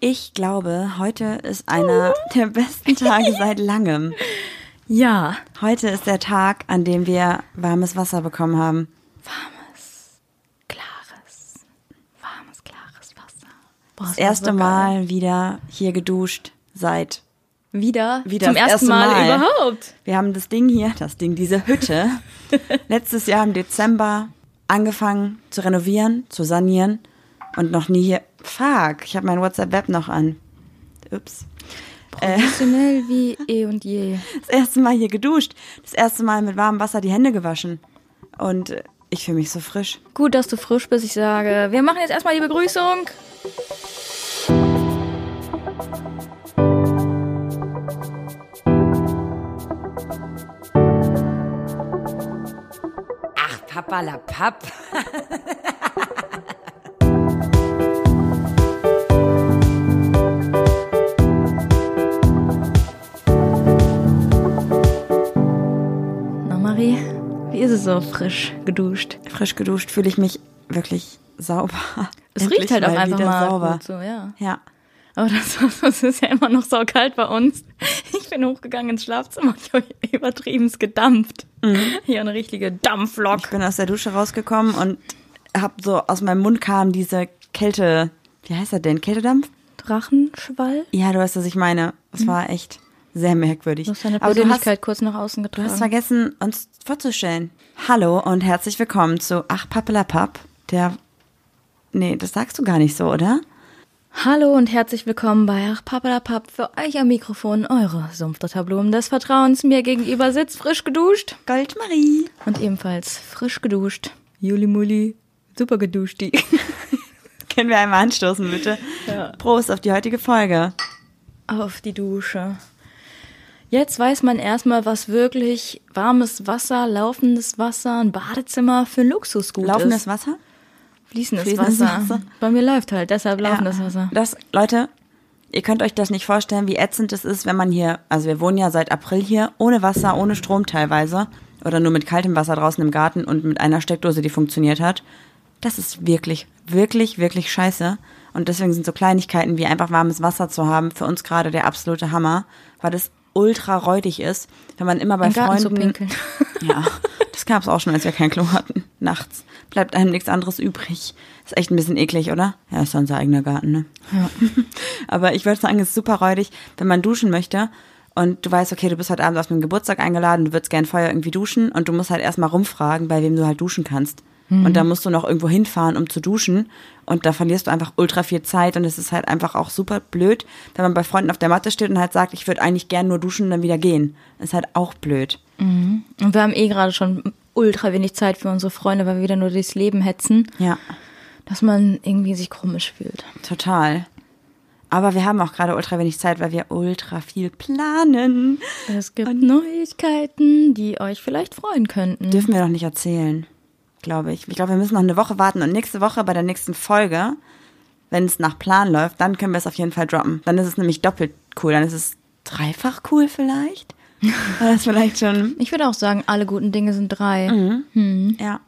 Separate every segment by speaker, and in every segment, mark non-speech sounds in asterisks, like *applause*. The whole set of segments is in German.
Speaker 1: Ich glaube, heute ist einer der besten Tage seit langem.
Speaker 2: Ja.
Speaker 1: Heute ist der Tag, an dem wir warmes Wasser bekommen haben.
Speaker 2: Warmes, klares, warmes, klares Wasser. Boah,
Speaker 1: Das erste Mal wieder hier geduscht seit.
Speaker 2: Wieder?
Speaker 1: Wieder
Speaker 2: Zum
Speaker 1: das erste
Speaker 2: ersten Mal,
Speaker 1: Mal.
Speaker 2: überhaupt.
Speaker 1: Wir haben das Ding hier, das Ding, diese Hütte, letztes Jahr im Dezember angefangen zu renovieren, zu sanieren und noch nie hier. Fuck, ich habe mein WhatsApp-Web noch an. Ups.
Speaker 2: Professionell wie eh und je.
Speaker 1: Das erste Mal hier geduscht. Das erste Mal mit warmem Wasser die Hände gewaschen. Und äh, ich fühle mich so frisch.
Speaker 2: Gut, dass du frisch bist. Ich sage, wir machen jetzt erstmal die Begrüßung.
Speaker 3: Ach, Papalapap.
Speaker 2: Na Marie, wie ist es so frisch geduscht?
Speaker 1: Frisch geduscht fühle ich mich wirklich sauber. *laughs*
Speaker 2: Es
Speaker 1: Endlich
Speaker 2: riecht halt auch einfach
Speaker 1: wieder
Speaker 2: mal
Speaker 1: sauber.
Speaker 2: gut so, ja.
Speaker 1: Ja.
Speaker 2: Aber das, *laughs* das ist ja immer noch saukalt bei uns. Ich bin hochgegangen ins Schlafzimmer und ich habe übertrieben gedampft. Hier eine richtige
Speaker 1: Ich
Speaker 2: Dampflok.
Speaker 1: bin aus der Dusche rausgekommen und hab so aus meinem Mund kam diese Kälte. Wie heißt er denn? Kältedampf?
Speaker 2: Drachenschwall?
Speaker 1: Ja, du weißt, was ich meine. Es war echt sehr merkwürdig.
Speaker 2: Mhm. Du hast deine
Speaker 1: Aber du hast,
Speaker 2: Persönlichkeit kurz nach außen
Speaker 1: du hast
Speaker 2: getragen.
Speaker 1: vergessen, uns vorzustellen. Hallo und herzlich willkommen zu Ach Pappelapapp, der. Nee, das sagst du gar nicht so, oder?
Speaker 2: Hallo und herzlich willkommen bei Ach Papalapap. Für euch am Mikrofon eure Sumpfdotterblumen des Vertrauens. Mir gegenüber sitzt frisch geduscht
Speaker 1: Goldmarie.
Speaker 2: und ebenfalls frisch geduscht. Juli Muli, super geduscht die. *laughs*
Speaker 1: Können wir einmal anstoßen, bitte?
Speaker 2: Ja.
Speaker 1: Prost auf die heutige Folge.
Speaker 2: Auf die Dusche. Jetzt weiß man erstmal, was wirklich warmes Wasser, laufendes Wasser, ein Badezimmer für ein Luxusgut
Speaker 1: Laufendes
Speaker 2: ist.
Speaker 1: Wasser?
Speaker 2: Fließendes,
Speaker 1: Fließendes
Speaker 2: Wasser.
Speaker 1: Wasser.
Speaker 2: Bei mir läuft halt, deshalb laufendes
Speaker 1: Ja.
Speaker 2: Wasser.
Speaker 1: Das, Leute, ihr könnt euch das nicht vorstellen, wie ätzend es ist, wenn man hier, also wir wohnen ja seit April hier, ohne Wasser, ohne Strom teilweise. Oder nur mit kaltem Wasser draußen im Garten und mit einer Steckdose, die funktioniert hat. Das ist wirklich, wirklich, wirklich scheiße. Und deswegen sind so Kleinigkeiten wie einfach warmes Wasser zu haben für uns gerade der absolute Hammer, weil das ultra räudig ist, wenn man immer bei
Speaker 2: Im Garten zu
Speaker 1: Freunden
Speaker 2: pinkeln.
Speaker 1: ja, das gab's auch schon, als wir kein Klo hatten. Nachts. Bleibt einem nichts anderes übrig. Ist echt ein bisschen eklig, oder? Ja, ist ja unser eigener Garten, ne? Ja. *laughs* Aber ich würde sagen, es ist super räudig, wenn man duschen möchte und du weißt, okay, du bist heute Abend auf einen Geburtstag eingeladen, du würdest gern vorher irgendwie duschen und du musst halt erstmal rumfragen, bei wem du halt duschen kannst. Und dann musst du noch irgendwo hinfahren, um zu duschen. Und da verlierst du einfach ultra viel Zeit. Und es ist halt einfach auch super blöd, wenn man bei Freunden auf der Matte steht und halt sagt, ich würde eigentlich gern nur duschen und dann wieder gehen. Ist halt auch blöd.
Speaker 2: Und wir haben eh gerade schon ultra wenig Zeit für unsere Freunde, weil wir wieder nur durchs Leben hetzen,
Speaker 1: Ja.
Speaker 2: dass man irgendwie sich komisch fühlt.
Speaker 1: Total. Aber wir haben auch gerade ultra wenig Zeit, weil wir ultra viel planen.
Speaker 2: Es gibt Neuigkeiten, die euch vielleicht freuen könnten.
Speaker 1: Dürfen wir noch nicht erzählen, glaube ich. Ich glaube, wir müssen noch eine Woche warten und nächste Woche bei der nächsten Folge, wenn es nach Plan läuft, dann können wir es auf jeden Fall droppen. Dann ist es nämlich doppelt cool. Dann ist es dreifach cool vielleicht. War das vielleicht schon?
Speaker 2: Ich würde auch sagen, alle guten Dinge sind drei.
Speaker 1: Ja.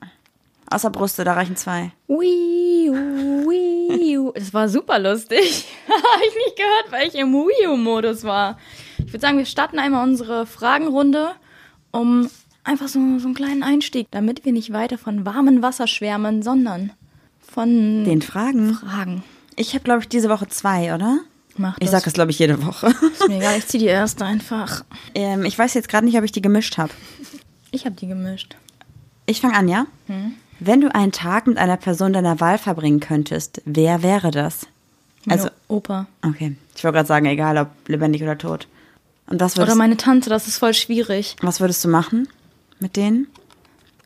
Speaker 1: Außer Brüste, da reichen zwei.
Speaker 2: Wii, wii, Es war super lustig. *laughs* Habe ich nicht gehört, weil ich im Wii-Modus war. Ich würde sagen, wir starten einmal unsere Fragenrunde, um einfach so, so einen kleinen Einstieg, damit wir nicht weiter von warmem Wasser schwärmen, sondern von
Speaker 1: Den Fragen.
Speaker 2: Fragen.
Speaker 1: Ich habe, glaube ich, diese Woche zwei, oder?
Speaker 2: Mach
Speaker 1: Ich
Speaker 2: das.
Speaker 1: sage das, glaube ich, jede Woche.
Speaker 2: Ist mir egal, ich zieh die erste einfach.
Speaker 1: ähm, ich weiß jetzt gerade nicht, ob ich die gemischt habe.
Speaker 2: Ich habe die gemischt.
Speaker 1: Ich fange an, ja? Wenn du einen Tag mit einer Person deiner Wahl verbringen könntest, wer wäre das? Also,
Speaker 2: Meine Opa.
Speaker 1: okay. Ich wollte gerade sagen, egal ob lebendig oder tot. Und was
Speaker 2: Oder
Speaker 1: würdest,
Speaker 2: meine Tante, das ist voll schwierig.
Speaker 1: was würdest du machen mit denen?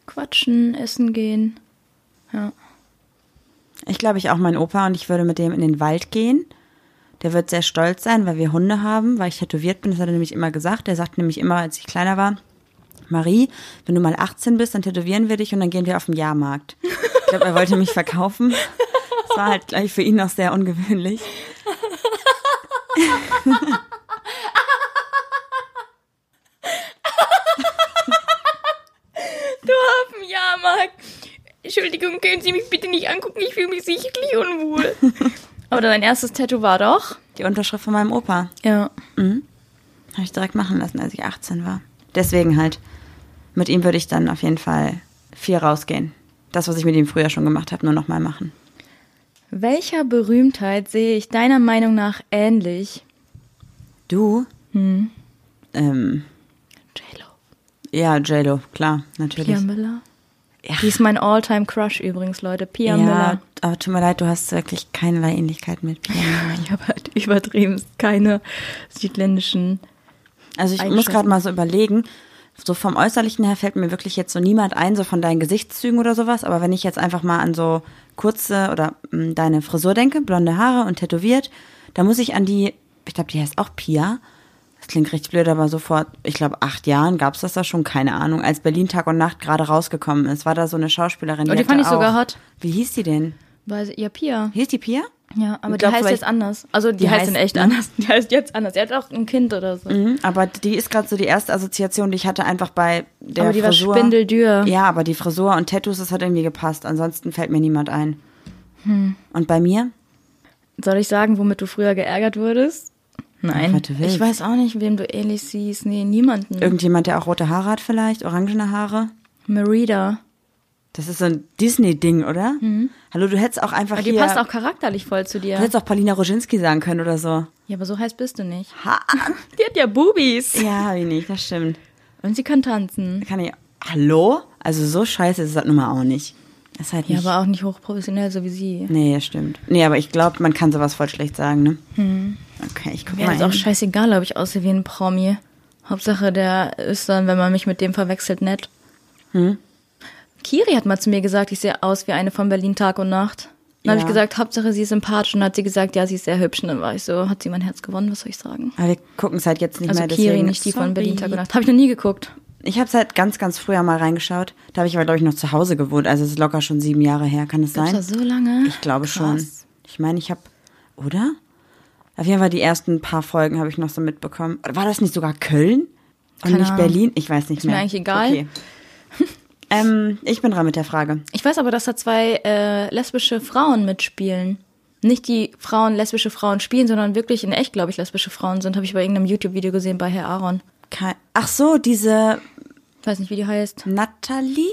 Speaker 2: Quatschen, essen gehen. Ja.
Speaker 1: Ich glaube, ich auch meinen Opa und ich würde mit dem in den Wald gehen. Der wird sehr stolz sein, weil wir Hunde haben, weil ich tätowiert bin. Das hat er nämlich immer gesagt. Der sagt nämlich immer, als ich kleiner war, Marie, wenn du mal 18 bist, dann tätowieren wir dich und dann gehen wir auf den Jahrmarkt. Ich glaube, er wollte mich verkaufen. Das war halt gleich für ihn noch sehr ungewöhnlich.
Speaker 2: Auf dem Jahrmarkt. Entschuldigung, können Sie mich bitte nicht angucken? Ich fühle mich sichtlich unwohl. *laughs* Aber dein erstes Tattoo war doch.
Speaker 1: Die Unterschrift von meinem Opa
Speaker 2: Ja.
Speaker 1: habe ich direkt machen lassen, als ich 18 war. Deswegen halt. Mit ihm würde ich dann auf jeden Fall viel rausgehen. Das, was ich mit ihm früher schon gemacht habe, nur nochmal machen.
Speaker 2: Welcher Berühmtheit sehe ich deiner Meinung nach ähnlich?
Speaker 1: Du?
Speaker 2: Hm.
Speaker 1: Ähm,
Speaker 2: J-Lo.
Speaker 1: ja, JLo, klar, natürlich.
Speaker 2: Pia Müller. Die ist mein All-Time-Crush übrigens, Leute. Pia Müller.
Speaker 1: aber tut mir leid, du hast wirklich keinerlei Ähnlichkeit mit Pia Müller.
Speaker 2: Ich habe halt *laughs* übertrieben keine südländischen.
Speaker 1: Also ich muss
Speaker 2: Eingeschossen.
Speaker 1: gerade mal so überlegen, so vom Äußerlichen her fällt mir wirklich jetzt so niemand ein, so von deinen Gesichtszügen oder sowas, aber wenn ich jetzt einfach mal an so kurze oder mm, deine Frisur denke, blonde Haare und tätowiert, da muss ich an die, ich glaube, die heißt auch Pia. Das klingt richtig blöd, aber so vor, ich glaube, acht Jahren gab es das da schon, keine Ahnung, als Berlin Tag und Nacht gerade rausgekommen ist, war da so eine Schauspielerin.
Speaker 2: Oh, die
Speaker 1: hatte
Speaker 2: fand ich
Speaker 1: auch-
Speaker 2: sogar hot.
Speaker 1: Wie hieß die denn?
Speaker 2: Weil, ja, Pia.
Speaker 1: Hieß die Pia?
Speaker 2: Ja, aber
Speaker 1: glaub,
Speaker 2: die heißt
Speaker 1: vielleicht-
Speaker 2: jetzt anders. Also die, heißt in
Speaker 1: heißt-
Speaker 2: echt anders. *laughs* Die heißt jetzt anders. Die hat auch ein Kind oder so.
Speaker 1: Mhm, aber die ist gerade so die erste Assoziation, die ich hatte, einfach bei der
Speaker 2: aber die
Speaker 1: Frisur.
Speaker 2: war spindeldür.
Speaker 1: Ja, aber die Frisur und Tattoos, das hat irgendwie gepasst. Ansonsten fällt mir niemand ein.
Speaker 2: Hm.
Speaker 1: Und bei mir?
Speaker 2: Soll ich sagen, womit du früher geärgert wurdest? Nein.
Speaker 1: was du willst.
Speaker 2: ich weiß auch nicht, wem du ähnlich siehst. Nee, niemanden.
Speaker 1: Irgendjemand, der auch rote Haare hat vielleicht, orangene Haare.
Speaker 2: Merida.
Speaker 1: Das ist so ein Disney-Ding, oder? Hallo, du hättest auch einfach
Speaker 2: Mhm. Aber die
Speaker 1: hier...
Speaker 2: passt auch charakterlich voll zu dir.
Speaker 1: Du hättest auch Paulina Roginski sagen können oder so.
Speaker 2: Ja, aber so heiß bist du nicht. *laughs*
Speaker 1: Ha
Speaker 2: Die hat ja Boobies.
Speaker 1: ja, hab ich nicht, das stimmt.
Speaker 2: Und sie kann tanzen.
Speaker 1: Kann ich... Hallo? Also so scheiße ist das nun mal auch nicht. Ist halt
Speaker 2: Ja,
Speaker 1: nicht...
Speaker 2: aber auch nicht hochprofessionell, so wie sie.
Speaker 1: nee, das stimmt. Nee, aber ich glaube, man kann sowas voll schlecht sagen, ne? Okay, ich guck
Speaker 2: Mir
Speaker 1: mal
Speaker 2: Hm. ist auch
Speaker 1: hin.
Speaker 2: scheißegal, ob ich aussehe wie ein Promi. Hauptsache, der ist dann, wenn man mich mit dem verwechselt, nett.
Speaker 1: Hm?
Speaker 2: Kiri hat mal zu mir gesagt, ich sehe aus wie eine von Berlin Tag und Nacht. Dann habe
Speaker 1: Ja.
Speaker 2: ich gesagt, Hauptsache, sie ist sympathisch. Und hat sie gesagt, ja, sie ist sehr hübsch. Und dann war ich so, hat sie mein Herz gewonnen, was soll ich sagen?
Speaker 1: Aber wir gucken es halt jetzt nicht
Speaker 2: Also
Speaker 1: mehr.
Speaker 2: Kiri,
Speaker 1: deswegen-
Speaker 2: nicht die
Speaker 1: Sorry.
Speaker 2: von Berlin Tag und Nacht. Habe ich noch nie geguckt.
Speaker 1: Ich habe es halt ganz, ganz früher mal reingeschaut. Da habe ich aber, glaube ich, noch zu Hause gewohnt. Also es ist locker schon sieben Jahre her. Kann das
Speaker 2: Gibt's
Speaker 1: sein?
Speaker 2: das so lange?
Speaker 1: Ich glaube
Speaker 2: Krass.
Speaker 1: schon. Ich meine, ich habe, oder? Auf jeden Fall die ersten paar Folgen habe ich noch so mitbekommen. Oder war das nicht sogar Köln? Und
Speaker 2: Keine
Speaker 1: nicht
Speaker 2: Ahnung.
Speaker 1: Berlin? Ich weiß nicht
Speaker 2: mir
Speaker 1: mehr.
Speaker 2: eigentlich egal. *laughs*
Speaker 1: Okay. ähm, ich bin dran mit der Frage.
Speaker 2: Ich weiß aber, dass da zwei äh, lesbische Frauen mitspielen. Nicht die Frauen, lesbische Frauen spielen, sondern wirklich in echt, glaube ich, lesbische Frauen sind. Habe ich bei irgendeinem YouTube-Video gesehen bei Herr Aaron.
Speaker 1: Kei- Ach so, diese
Speaker 2: Ich weiß nicht, wie die heißt.
Speaker 1: Natalie?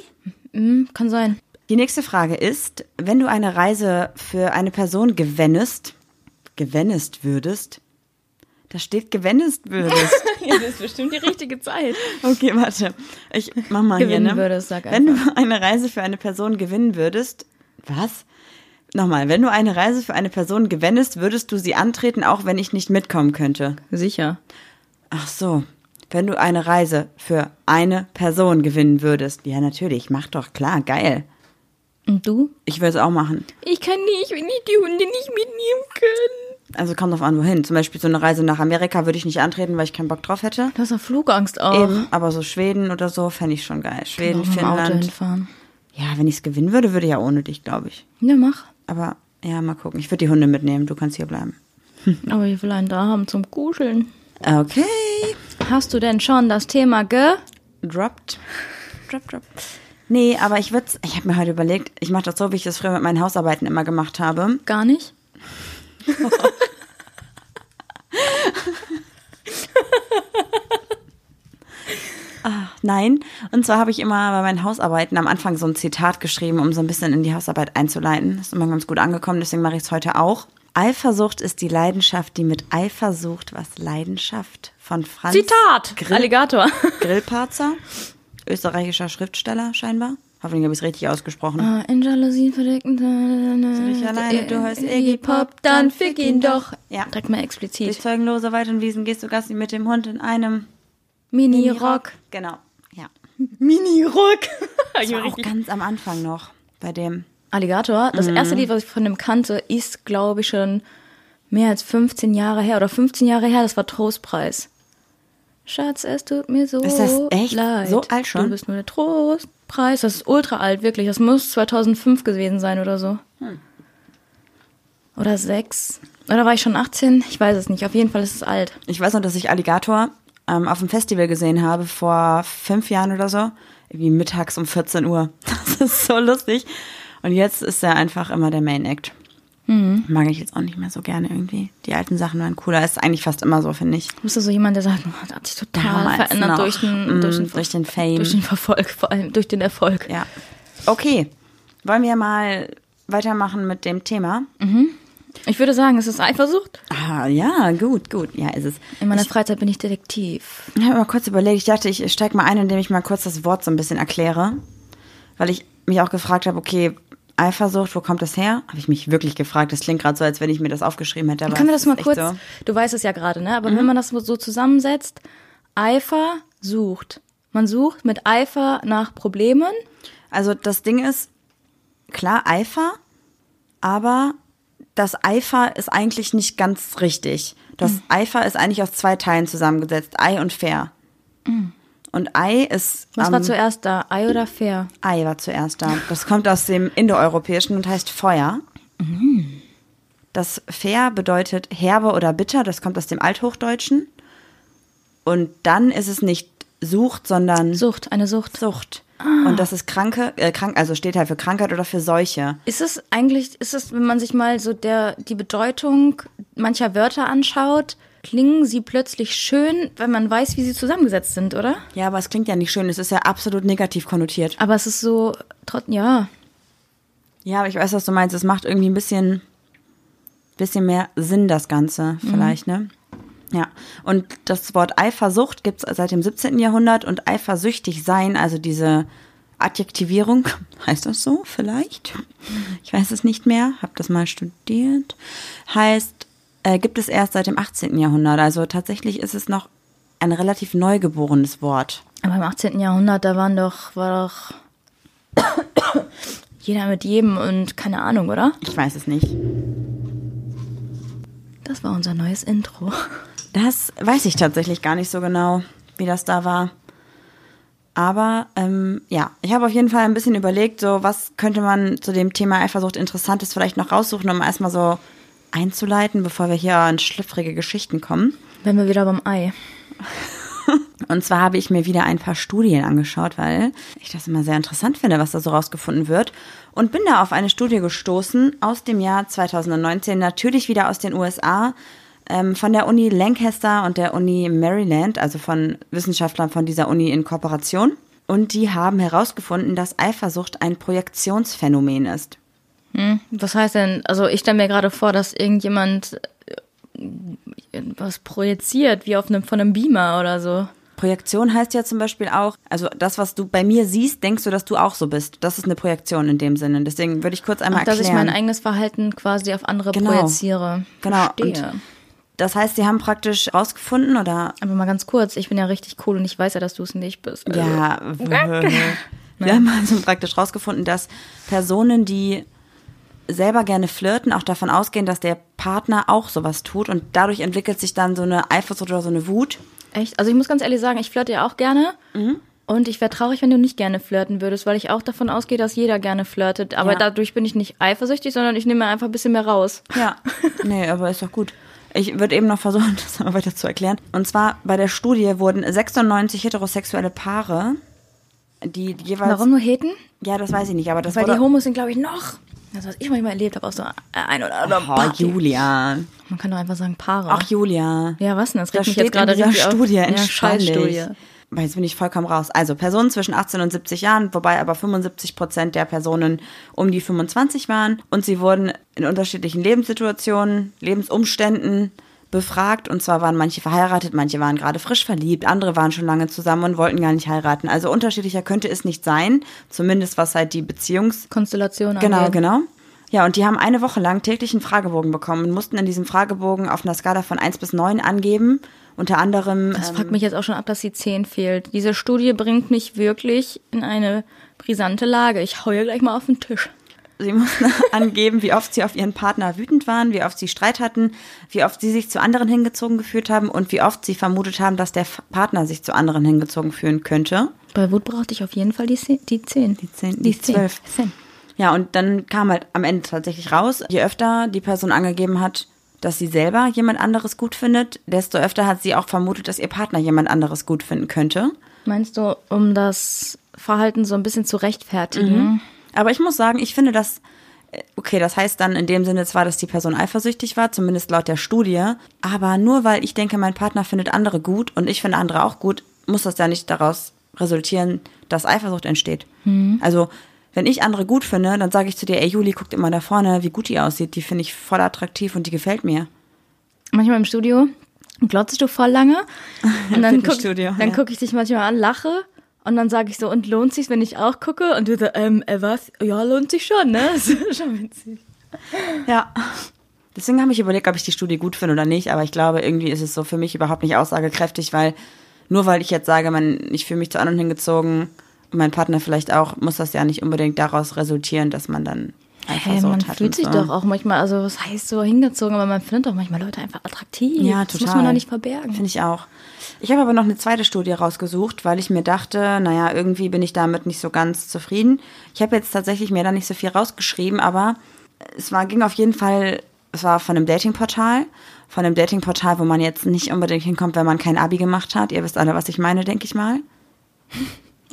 Speaker 2: Hm, kann sein.
Speaker 1: Die nächste Frage ist, wenn du eine Reise für eine Person gewennest, gewennest würdest, da steht gewennest würdest.
Speaker 2: *laughs* *laughs* Ja, das ist bestimmt die richtige Zeit.
Speaker 1: Okay, warte. Ich mach mal
Speaker 2: Gewinnen
Speaker 1: hier, ne?
Speaker 2: würdest, sag
Speaker 1: Wenn du eine Reise für eine Person gewinnen würdest, was? Nochmal, wenn du eine Reise für eine Person gewennest, würdest du sie antreten, auch wenn ich nicht mitkommen könnte.
Speaker 2: Sicher.
Speaker 1: Ach so. Wenn du eine Reise für eine Person gewinnen würdest. Ja, natürlich. Mach doch, klar. Geil.
Speaker 2: Und du?
Speaker 1: Ich würde es auch machen.
Speaker 2: Ich kann nie, ich will nicht die Hunde nicht mitnehmen können.
Speaker 1: Also kommt drauf an, wohin. Zum Beispiel so eine Reise nach Amerika würde ich nicht antreten, weil ich keinen Bock drauf hätte.
Speaker 2: Du hast doch Flugangst auch.
Speaker 1: Eben, aber so Schweden oder so fände ich schon geil. Schweden,
Speaker 2: Auch mit dem Auto
Speaker 1: Finnland.
Speaker 2: hinfahren.
Speaker 1: Ja, wenn ich es gewinnen würde, würde ich ja ohne dich, glaube ich.
Speaker 2: Ja, mach.
Speaker 1: Aber ja, mal gucken. Ich würde die Hunde mitnehmen. Du kannst hier bleiben.
Speaker 2: Aber ich will einen da haben zum Kuscheln.
Speaker 1: Okay.
Speaker 2: Hast du denn schon das Thema ge...
Speaker 1: Dropped. Drop, drop. Nee, aber ich würde Ich habe mir heute überlegt, ich mache das so, wie ich das früher mit meinen Hausarbeiten immer gemacht habe.
Speaker 2: Gar nicht?
Speaker 1: Nein. Und zwar habe ich immer bei meinen Hausarbeiten am Anfang so ein Zitat geschrieben, um so ein bisschen in die Hausarbeit einzuleiten. Ist immer ganz gut angekommen, deswegen mache ich es heute auch. Eifersucht ist die Leidenschaft, die mit Eifersucht was Leidenschaft von Franz
Speaker 2: Zitat!
Speaker 1: Grill
Speaker 2: Alligator.
Speaker 1: Grillparzer, österreichischer Schriftsteller scheinbar. Hoffentlich habe ich es richtig ausgesprochen.
Speaker 2: Ah, In Jalousien verdecken.
Speaker 1: Sind nicht alleine, du hörst Iggy Pop,
Speaker 2: dann fick ihn doch.
Speaker 1: Ja.
Speaker 2: Direkt mal
Speaker 1: Durch
Speaker 2: explizit.
Speaker 1: zeugenlose Wald und Wiesen gehst du Gassi mit dem Hund in einem
Speaker 2: Mini-Rock.
Speaker 1: Genau, ja. *laughs*
Speaker 2: Mini-Rock.
Speaker 1: Das war auch ganz am Anfang noch bei dem.
Speaker 2: Alligator,
Speaker 1: Mhm.
Speaker 2: das erste Lied, was ich von dem kannte, ist, glaube ich, schon mehr als 15 Jahre her oder 15 Jahre her, das war Trostpreis. Schatz, es tut mir so
Speaker 1: Ist das echt
Speaker 2: leid.
Speaker 1: so alt schon?
Speaker 2: Du bist nur der Trostpreis. Das ist ultra alt, wirklich. Das muss 2005 gewesen sein oder so.
Speaker 1: Hm.
Speaker 2: Oder sechs. Oder war ich schon 18? Ich weiß es nicht. Auf jeden Fall ist es alt.
Speaker 1: Ich weiß noch, dass ich Alligator ähm, auf dem Festival gesehen habe vor fünf Jahren oder so. Irgendwie *laughs* mittags um 14 Uhr. Das ist so lustig. Und jetzt ist er einfach immer der Main Act. Mag ich jetzt auch nicht mehr so gerne irgendwie. Die alten Sachen waren cooler. Ist eigentlich fast immer so, finde ich.
Speaker 2: Du bist ja so jemand, der sagt, oh, das hat sich total
Speaker 1: Damals
Speaker 2: verändert
Speaker 1: noch.
Speaker 2: durch den,
Speaker 1: Mm,
Speaker 2: durch, den,
Speaker 1: durch den Fame.
Speaker 2: Durch den Verfolg, vor allem durch den Erfolg.
Speaker 1: Ja. Okay. Wollen wir mal weitermachen mit dem Thema?
Speaker 2: Ich würde sagen, es ist Eifersucht.
Speaker 1: Ah, ja, gut, gut. Ja, ist es.
Speaker 2: In meiner Freizeit bin ich Detektiv.
Speaker 1: Ich habe mal kurz überlegt. Ich dachte, ich steige mal ein, indem ich mal kurz das Wort so ein bisschen erkläre. Weil ich mich auch gefragt habe, okay, Eifersucht, wo kommt das her? Habe ich mich wirklich gefragt. Das klingt gerade so, als wenn ich mir das aufgeschrieben hätte. Aber
Speaker 2: Können wir
Speaker 1: es
Speaker 2: das mal
Speaker 1: ist echt
Speaker 2: kurz,
Speaker 1: So. Mhm.
Speaker 2: du weißt es ja gerade, ne? Aber wenn man das so zusammensetzt, Eifer sucht. Man sucht mit Eifer nach Problemen.
Speaker 1: Also das Ding ist, klar, Eifer, aber das Eifer ist eigentlich nicht ganz richtig. Das
Speaker 2: Mhm.
Speaker 1: Eifer ist eigentlich aus zwei Teilen zusammengesetzt, Ei und Fair. Und Ei ist.
Speaker 2: Mhm. Was
Speaker 1: ähm,
Speaker 2: war zuerst da? Ei oder Fair?
Speaker 1: Ei war zuerst da. Das kommt aus dem Indoeuropäischen und heißt Feuer. Das Fair bedeutet herbe oder bitter, das kommt aus dem Althochdeutschen. Und dann ist es nicht sucht, sondern
Speaker 2: Sucht, eine Sucht.
Speaker 1: Sucht. Und das ist kranke, äh, krank, also steht halt für Krankheit oder für Seuche.
Speaker 2: Ist es eigentlich, ist es, wenn man sich mal so der, die Bedeutung mancher Wörter anschaut, klingen sie plötzlich schön, wenn man weiß, wie sie zusammengesetzt sind, oder?
Speaker 1: Ja, aber es klingt ja nicht schön. Es ist ja absolut negativ konnotiert.
Speaker 2: Aber es ist so, trotz, ja.
Speaker 1: Ja, aber ich weiß, was du meinst. Es macht irgendwie ein bisschen, bisschen mehr Sinn, das Ganze vielleicht, ne? Ja, und das Wort Eifersucht gibt's seit dem 17. Jahrhundert und eifersüchtig sein, also diese Adjektivierung, *laughs* heißt das so vielleicht? Ich weiß es nicht mehr, habe das mal studiert, heißt, äh, gibt es erst seit dem 18. Jahrhundert. Also tatsächlich ist es noch ein relativ neugeborenes Wort.
Speaker 2: Aber im 18. Jahrhundert, da waren doch, war doch *coughs* jeder mit jedem und keine Ahnung, oder?
Speaker 1: Ich weiß es nicht.
Speaker 2: Das war unser neues Intro.
Speaker 1: Das weiß ich tatsächlich gar nicht so genau, wie das da war. Aber ähm, ja, ich habe auf jeden Fall ein bisschen überlegt, so was könnte man zu dem Thema Eifersucht Interessantes vielleicht noch raussuchen, um erstmal so einzuleiten, bevor wir hier an schlüpfrige Geschichten kommen.
Speaker 2: Wenn wir wieder beim Ei.
Speaker 1: Und zwar habe ich mir wieder ein paar Studien angeschaut, weil ich das immer sehr interessant finde, was da so rausgefunden wird. Und bin da auf eine Studie gestoßen aus dem Jahr 2019, natürlich wieder aus den USA, ähm, von der Uni Lancaster und der Uni Maryland, also von Wissenschaftlern von dieser Uni in Kooperation. Und die haben herausgefunden, dass Eifersucht ein Projektionsphänomen ist.
Speaker 2: Was heißt denn, also ich stelle mir gerade vor, dass irgendjemand äh, was projiziert, wie auf einem, von einem Beamer oder so.
Speaker 1: Projektion heißt ja zum Beispiel auch, also das, was du bei mir siehst, denkst du, dass du auch so bist. Das ist eine Projektion in dem Sinne. Deswegen würde ich kurz einmal
Speaker 2: dass ich
Speaker 1: erklären.
Speaker 2: mein eigenes Verhalten quasi auf andere
Speaker 1: Genau.
Speaker 2: projiziere.
Speaker 1: Genau,
Speaker 2: Verstehe.
Speaker 1: und- Das heißt, sie haben praktisch rausgefunden oder
Speaker 2: Aber mal ganz kurz, ich bin ja richtig cool und ich weiß ja, dass du es nicht bist. Also,
Speaker 1: ja, *laughs*
Speaker 2: Ne?
Speaker 1: wir haben also praktisch rausgefunden, dass Personen, die selber gerne flirten, auch davon ausgehen, dass der Partner auch sowas tut und dadurch entwickelt sich dann so eine Eifersucht oder so eine Wut.
Speaker 2: Echt? Also ich muss ganz ehrlich sagen, ich flirte ja auch gerne.
Speaker 1: Mhm.
Speaker 2: Und ich wäre traurig, wenn du nicht gerne flirten würdest, weil ich auch davon ausgehe, dass jeder gerne flirtet. Aber
Speaker 1: Ja.
Speaker 2: dadurch bin ich nicht eifersüchtig, sondern ich nehme mir einfach ein bisschen mehr raus.
Speaker 1: Ja, *laughs* nee, aber ist doch gut. Ich würde eben noch versuchen, *laughs* das mal weiter zu erklären. Und zwar bei der Studie wurden 96 heterosexuelle Paare, die jeweils
Speaker 2: *laughs* Warum nur Heten?
Speaker 1: ja, das weiß ich nicht, aber das
Speaker 2: Weil
Speaker 1: wurde
Speaker 2: die Homos sind, glaube ich, noch. Das, was ich manchmal erlebt habe, aus so ein oder anderen
Speaker 1: Oh,
Speaker 2: Party.
Speaker 1: Julia.
Speaker 2: Man kann doch einfach sagen Paare.
Speaker 1: Ach Julia.
Speaker 2: ja, was denn? Das
Speaker 1: Da
Speaker 2: regt mich
Speaker 1: steht
Speaker 2: jetzt
Speaker 1: in
Speaker 2: gerade
Speaker 1: dieser
Speaker 2: richtig auf.
Speaker 1: Studie,
Speaker 2: ja,
Speaker 1: entspann
Speaker 2: Scheißstudie.
Speaker 1: dich. Weil jetzt bin ich vollkommen raus. Also Personen zwischen 18 und 70 Jahren, wobei aber 75 Prozent der Personen um die 25 waren. Und sie wurden in unterschiedlichen Lebenssituationen, Lebensumständen befragt. Und zwar waren manche verheiratet, manche waren gerade frisch verliebt, andere waren schon lange zusammen und wollten gar nicht heiraten. Also unterschiedlicher könnte es nicht sein. Zumindest was halt die Beziehungs-
Speaker 2: Konstellation
Speaker 1: Genau,
Speaker 2: angeht.
Speaker 1: genau. Ja, und die haben eine Woche lang täglich einen Fragebogen bekommen und mussten in diesem Fragebogen auf einer Skala von 1 bis 9 angeben. Unter anderem.
Speaker 2: Das
Speaker 1: ähm,
Speaker 2: fuckt mich jetzt auch schon ab, dass die 10 fehlt. Diese Studie bringt mich wirklich in eine brisante Lage. Ich heule gleich mal auf den Tisch.
Speaker 1: äh, Sie mussten *laughs* angeben, wie oft sie auf ihren Partner wütend waren, wie oft sie Streit hatten, wie oft sie sich zu anderen hingezogen gefühlt haben und wie oft sie vermutet haben, dass der F- Partner sich zu anderen hingezogen fühlen könnte.
Speaker 2: Bei Wut brauchte ich auf jeden Fall die 10. Die 10. Die
Speaker 1: zehn, die zwölf.
Speaker 2: 10.
Speaker 1: Ja, und dann kam halt am Ende tatsächlich raus, je öfter die Person angegeben hat, dass sie selber jemand anderes gut findet, desto öfter hat sie auch vermutet, dass ihr Partner jemand anderes gut finden könnte.
Speaker 2: Meinst du, um das Verhalten so ein bisschen zu rechtfertigen?
Speaker 1: Aber ich muss sagen, ich finde das äh, Okay, das heißt dann in dem Sinne zwar, dass die Person eifersüchtig war, zumindest laut der Studie, aber nur weil ich denke, mein Partner findet andere gut und ich finde andere auch gut, muss das ja nicht daraus resultieren, dass Eifersucht entsteht. Also, wenn ich andere gut finde, dann sage ich zu dir, ey, Juli, guckt immer da vorne, wie gut die aussieht, die finde ich voll attraktiv und die gefällt mir.
Speaker 2: manchmal im Studio glotzt du voll
Speaker 1: *laughs*
Speaker 2: lange und dann, guck,
Speaker 1: Fitnessstudio,
Speaker 2: dann
Speaker 1: ja.
Speaker 2: gucke ich dich manchmal an, lache und dann sage ich so, und lohnt sich's, wenn ich auch gucke? Und du so, ähm, äh, was? Ja, lohnt sich schon, ne? *laughs* Das ist schon witzig.
Speaker 1: Ja. Deswegen habe ich überlegt, ob ich die Studie gut finde oder nicht, aber ich glaube, irgendwie ist es so für mich überhaupt nicht aussagekräftig, weil nur weil ich jetzt sage, man, ich fühle mich zu anderen hingezogen und mein Partner vielleicht auch, muss das ja nicht unbedingt daraus resultieren, dass man dann
Speaker 2: Hey, man
Speaker 1: Eifersucht hat.
Speaker 2: fühlt
Speaker 1: und
Speaker 2: sich
Speaker 1: so.
Speaker 2: doch auch manchmal, also was heißt so hingezogen, aber man findet doch manchmal Leute einfach attraktiv.
Speaker 1: Ja,
Speaker 2: Das
Speaker 1: total.
Speaker 2: muss man doch nicht verbergen.
Speaker 1: Finde ich auch. Ich habe aber noch eine zweite Studie rausgesucht, weil ich mir dachte, naja, irgendwie bin ich damit nicht so ganz zufrieden. Ich habe jetzt tatsächlich mir da nicht so viel rausgeschrieben, aber es war, ging auf jeden Fall, es war von einem Datingportal, von einem Datingportal, wo man jetzt nicht unbedingt hinkommt, wenn man kein Abi gemacht hat. Ihr wisst alle, was ich meine, denke ich mal.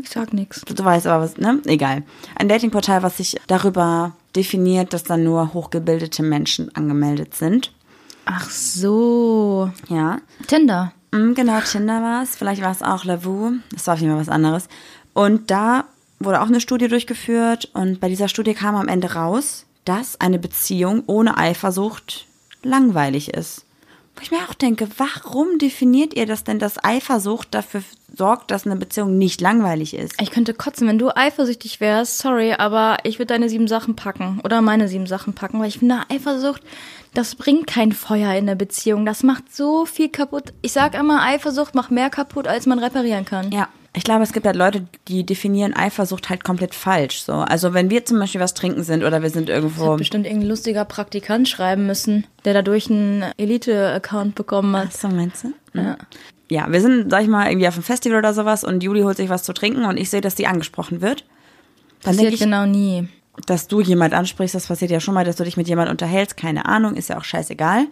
Speaker 2: Ich sag nichts.
Speaker 1: Du weißt aber was, ne? Egal. Ein Datingportal, was sich darüber definiert, dass dann nur hochgebildete Menschen angemeldet sind.
Speaker 2: Ach so.
Speaker 1: Ja.
Speaker 2: Tinder.
Speaker 1: Mm, Genau, Tinder war es. Vielleicht war es auch Lavu. Es war auf jeden Fall was anderes. Und da wurde auch eine Studie durchgeführt. Und bei dieser Studie kam am Ende raus, dass eine Beziehung ohne Eifersucht langweilig ist. Wo ich mir auch denke, warum definiert ihr das denn, dass Eifersucht dafür sorgt, dass eine Beziehung nicht langweilig ist?
Speaker 2: Ich könnte kotzen, wenn du eifersüchtig wärst. Sorry, aber ich würde deine sieben Sachen packen. Oder meine sieben Sachen packen. Weil ich finde, Eifersucht, das bringt kein Feuer in der Beziehung. Das macht so viel kaputt. Ich sag immer, Eifersucht macht mehr kaputt, als man reparieren kann.
Speaker 1: Ja, ich glaube, es gibt halt Leute, die definieren Eifersucht halt komplett falsch. So, also wenn wir zum Beispiel was trinken sind oder wir sind irgendwo,
Speaker 2: Bestimmt irgendein lustiger Praktikant schreiben müssen, der dadurch einen Elite-Account bekommen hat.
Speaker 1: So meinst du? Ja. Ja, wir sind, sag ich mal, irgendwie auf einem Festival oder sowas und Juli holt sich was zu trinken und ich sehe, dass die angesprochen wird. Dann denke
Speaker 2: Passiert
Speaker 1: ich,
Speaker 2: genau nie.
Speaker 1: dass du jemand ansprichst, das passiert ja schon mal, dass du dich mit jemand unterhältst, keine Ahnung, ist ja auch scheißegal.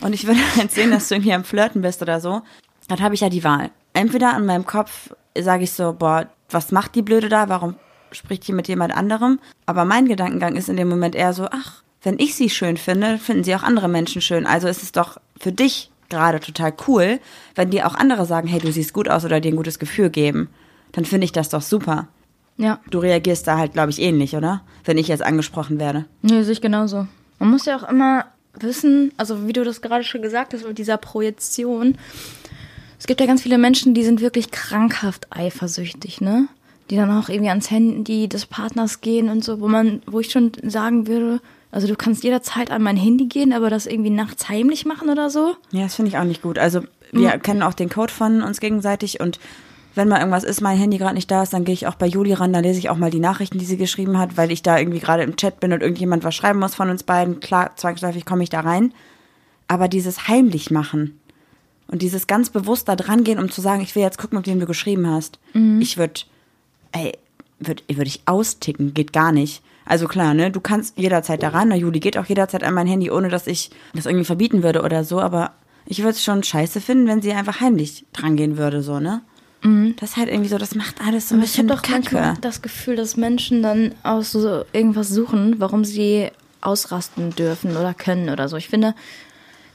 Speaker 1: Und ich würde halt sehen, dass du irgendwie am Flirten bist oder so. Dann habe ich ja die Wahl. Entweder an meinem Kopf sage ich so, boah, was macht die Blöde da? Warum spricht die mit jemand anderem? Aber mein Gedankengang ist in dem Moment eher so, ach, wenn ich sie schön finde, finden sie auch andere Menschen schön. Also ist es doch für dich gerade total cool, wenn dir auch andere sagen, hey, du siehst gut aus oder dir ein gutes Gefühl geben. Dann finde ich das doch super.
Speaker 2: Ja,
Speaker 1: Du reagierst da halt, glaube ich, ähnlich, oder? Wenn ich jetzt angesprochen werde.
Speaker 2: nee, sehe ich genauso. Man muss ja auch immer wissen, also wie du das gerade schon gesagt hast, mit dieser Projektion. Es gibt ja ganz viele Menschen, die sind wirklich krankhaft eifersüchtig, ne? Die dann auch irgendwie ans Handy des Partners gehen und so, wo man, wo ich schon sagen würde, also du kannst jederzeit an mein Handy gehen, aber das irgendwie nachts heimlich machen oder so.
Speaker 1: Ja, das finde ich auch nicht gut. Also, wir kennen auch den Code von uns gegenseitig und wenn mal irgendwas ist, mein Handy gerade nicht da ist, dann gehe ich auch bei Juli ran, dann lese ich auch mal die Nachrichten, die sie geschrieben hat, weil ich da irgendwie gerade im Chat bin und irgendjemand was schreiben muss von uns beiden. Klar, zwangsläufig komme ich da rein. Aber dieses heimlich machen und dieses ganz bewusst da dran gehen, um zu sagen, ich will jetzt gucken, mit wem du geschrieben hast.
Speaker 2: Mhm.
Speaker 1: Ich würde, ey, würde würd ich austicken, geht gar nicht. Also klar, ne, du kannst jederzeit da ran, na Juli geht auch jederzeit an mein Handy, ohne dass ich das irgendwie verbieten würde oder so, aber ich würde es schon scheiße finden, wenn sie einfach heimlich dran gehen würde, so, ne? Das ist halt irgendwie so, das macht alles so ein
Speaker 2: Mhm. Aber ich habe
Speaker 1: bisschen
Speaker 2: doch
Speaker 1: Kacke.
Speaker 2: manchmal das Gefühl, dass Menschen dann auch so irgendwas suchen, warum sie ausrasten dürfen oder können oder so. Ich finde,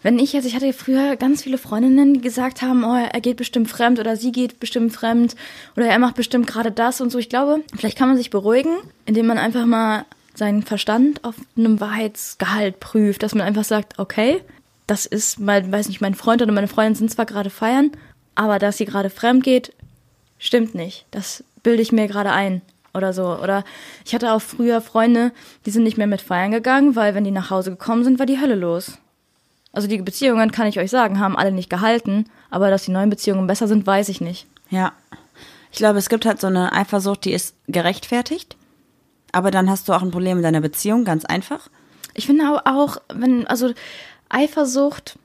Speaker 2: wenn ich jetzt, ich hatte früher ganz viele Freundinnen, die gesagt haben, oh, er geht bestimmt fremd oder sie geht bestimmt fremd oder er macht bestimmt gerade das und so. Ich glaube, vielleicht kann man sich beruhigen, indem man einfach mal seinen Verstand auf einem Wahrheitsgehalt prüft, dass man einfach sagt, okay, das ist mein, weiß nicht, mein Freund oder meine Freundin sind zwar gerade feiern, aber dass sie gerade fremd geht, stimmt nicht. Das bilde ich mir gerade ein oder so. Oder ich hatte auch früher Freunde, die sind nicht mehr mit feiern gegangen, weil wenn die nach Hause gekommen sind, war die Hölle los. Also die Beziehungen, kann ich euch sagen, haben alle nicht gehalten, aber dass die neuen Beziehungen besser sind, weiß ich nicht.
Speaker 1: Ja. Ich glaube, es gibt halt so eine Eifersucht, die ist gerechtfertigt. Aber dann hast du auch ein Problem in deiner Beziehung, ganz einfach.
Speaker 2: Ich finde aber auch, wenn, also Eifersucht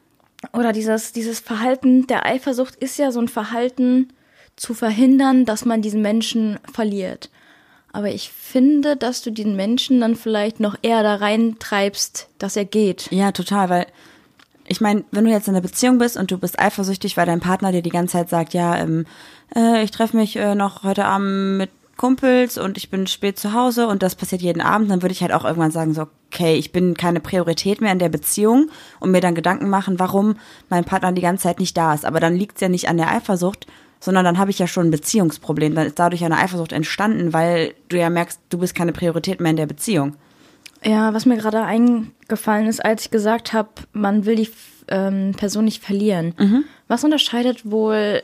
Speaker 2: oder dieses, dieses Verhalten der Eifersucht ist ja so ein Verhalten zu verhindern, dass man diesen Menschen verliert. Aber ich finde, dass du den Menschen dann vielleicht noch eher da reintreibst, dass er geht.
Speaker 1: Ja, total, weil ich meine, wenn du jetzt in einer Beziehung bist und du bist eifersüchtig, weil dein Partner dir die ganze Zeit sagt, ja, ähm, äh, ich treffe mich äh, noch heute Abend mit Kumpels und ich bin spät zu Hause und das passiert jeden Abend, dann würde ich halt auch irgendwann sagen, so, okay, ich bin keine Priorität mehr in der Beziehung und mir dann Gedanken machen, warum mein Partner die ganze Zeit nicht da ist. Aber dann liegt's ja nicht an der Eifersucht, sondern dann habe ich ja schon ein Beziehungsproblem. Dann ist dadurch ja eine Eifersucht entstanden, weil du ja merkst, du bist keine Priorität mehr in der Beziehung.
Speaker 2: Ja, was mir gerade eingefallen ist, als ich gesagt habe, man will die ähm, Person nicht verlieren. Was unterscheidet wohl,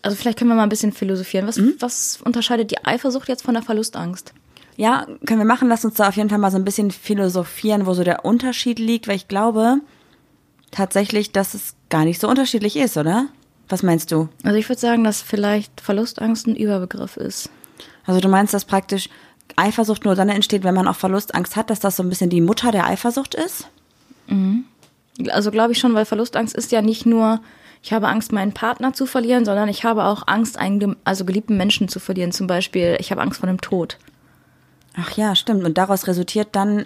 Speaker 2: also vielleicht können wir mal ein bisschen philosophieren, was, was unterscheidet die Eifersucht jetzt von der Verlustangst?
Speaker 1: Ja, können wir machen. Lass uns da auf jeden Fall mal so ein bisschen philosophieren, wo so der Unterschied liegt, weil ich glaube tatsächlich, dass es gar nicht so unterschiedlich ist, oder? Was meinst du?
Speaker 2: Also ich würde sagen, dass vielleicht Verlustangst ein Überbegriff ist.
Speaker 1: Also du meinst, dass praktisch Eifersucht nur dann entsteht, wenn man auch Verlustangst hat, dass das so ein bisschen die Mutter der Eifersucht ist?
Speaker 2: Also glaube ich schon, weil Verlustangst ist ja nicht nur, ich habe Angst, meinen Partner zu verlieren, sondern ich habe auch Angst, einen gem- also geliebten Menschen zu verlieren. Zum Beispiel, ich habe Angst vor dem Tod.
Speaker 1: Ach ja, stimmt. Und daraus resultiert dann nicht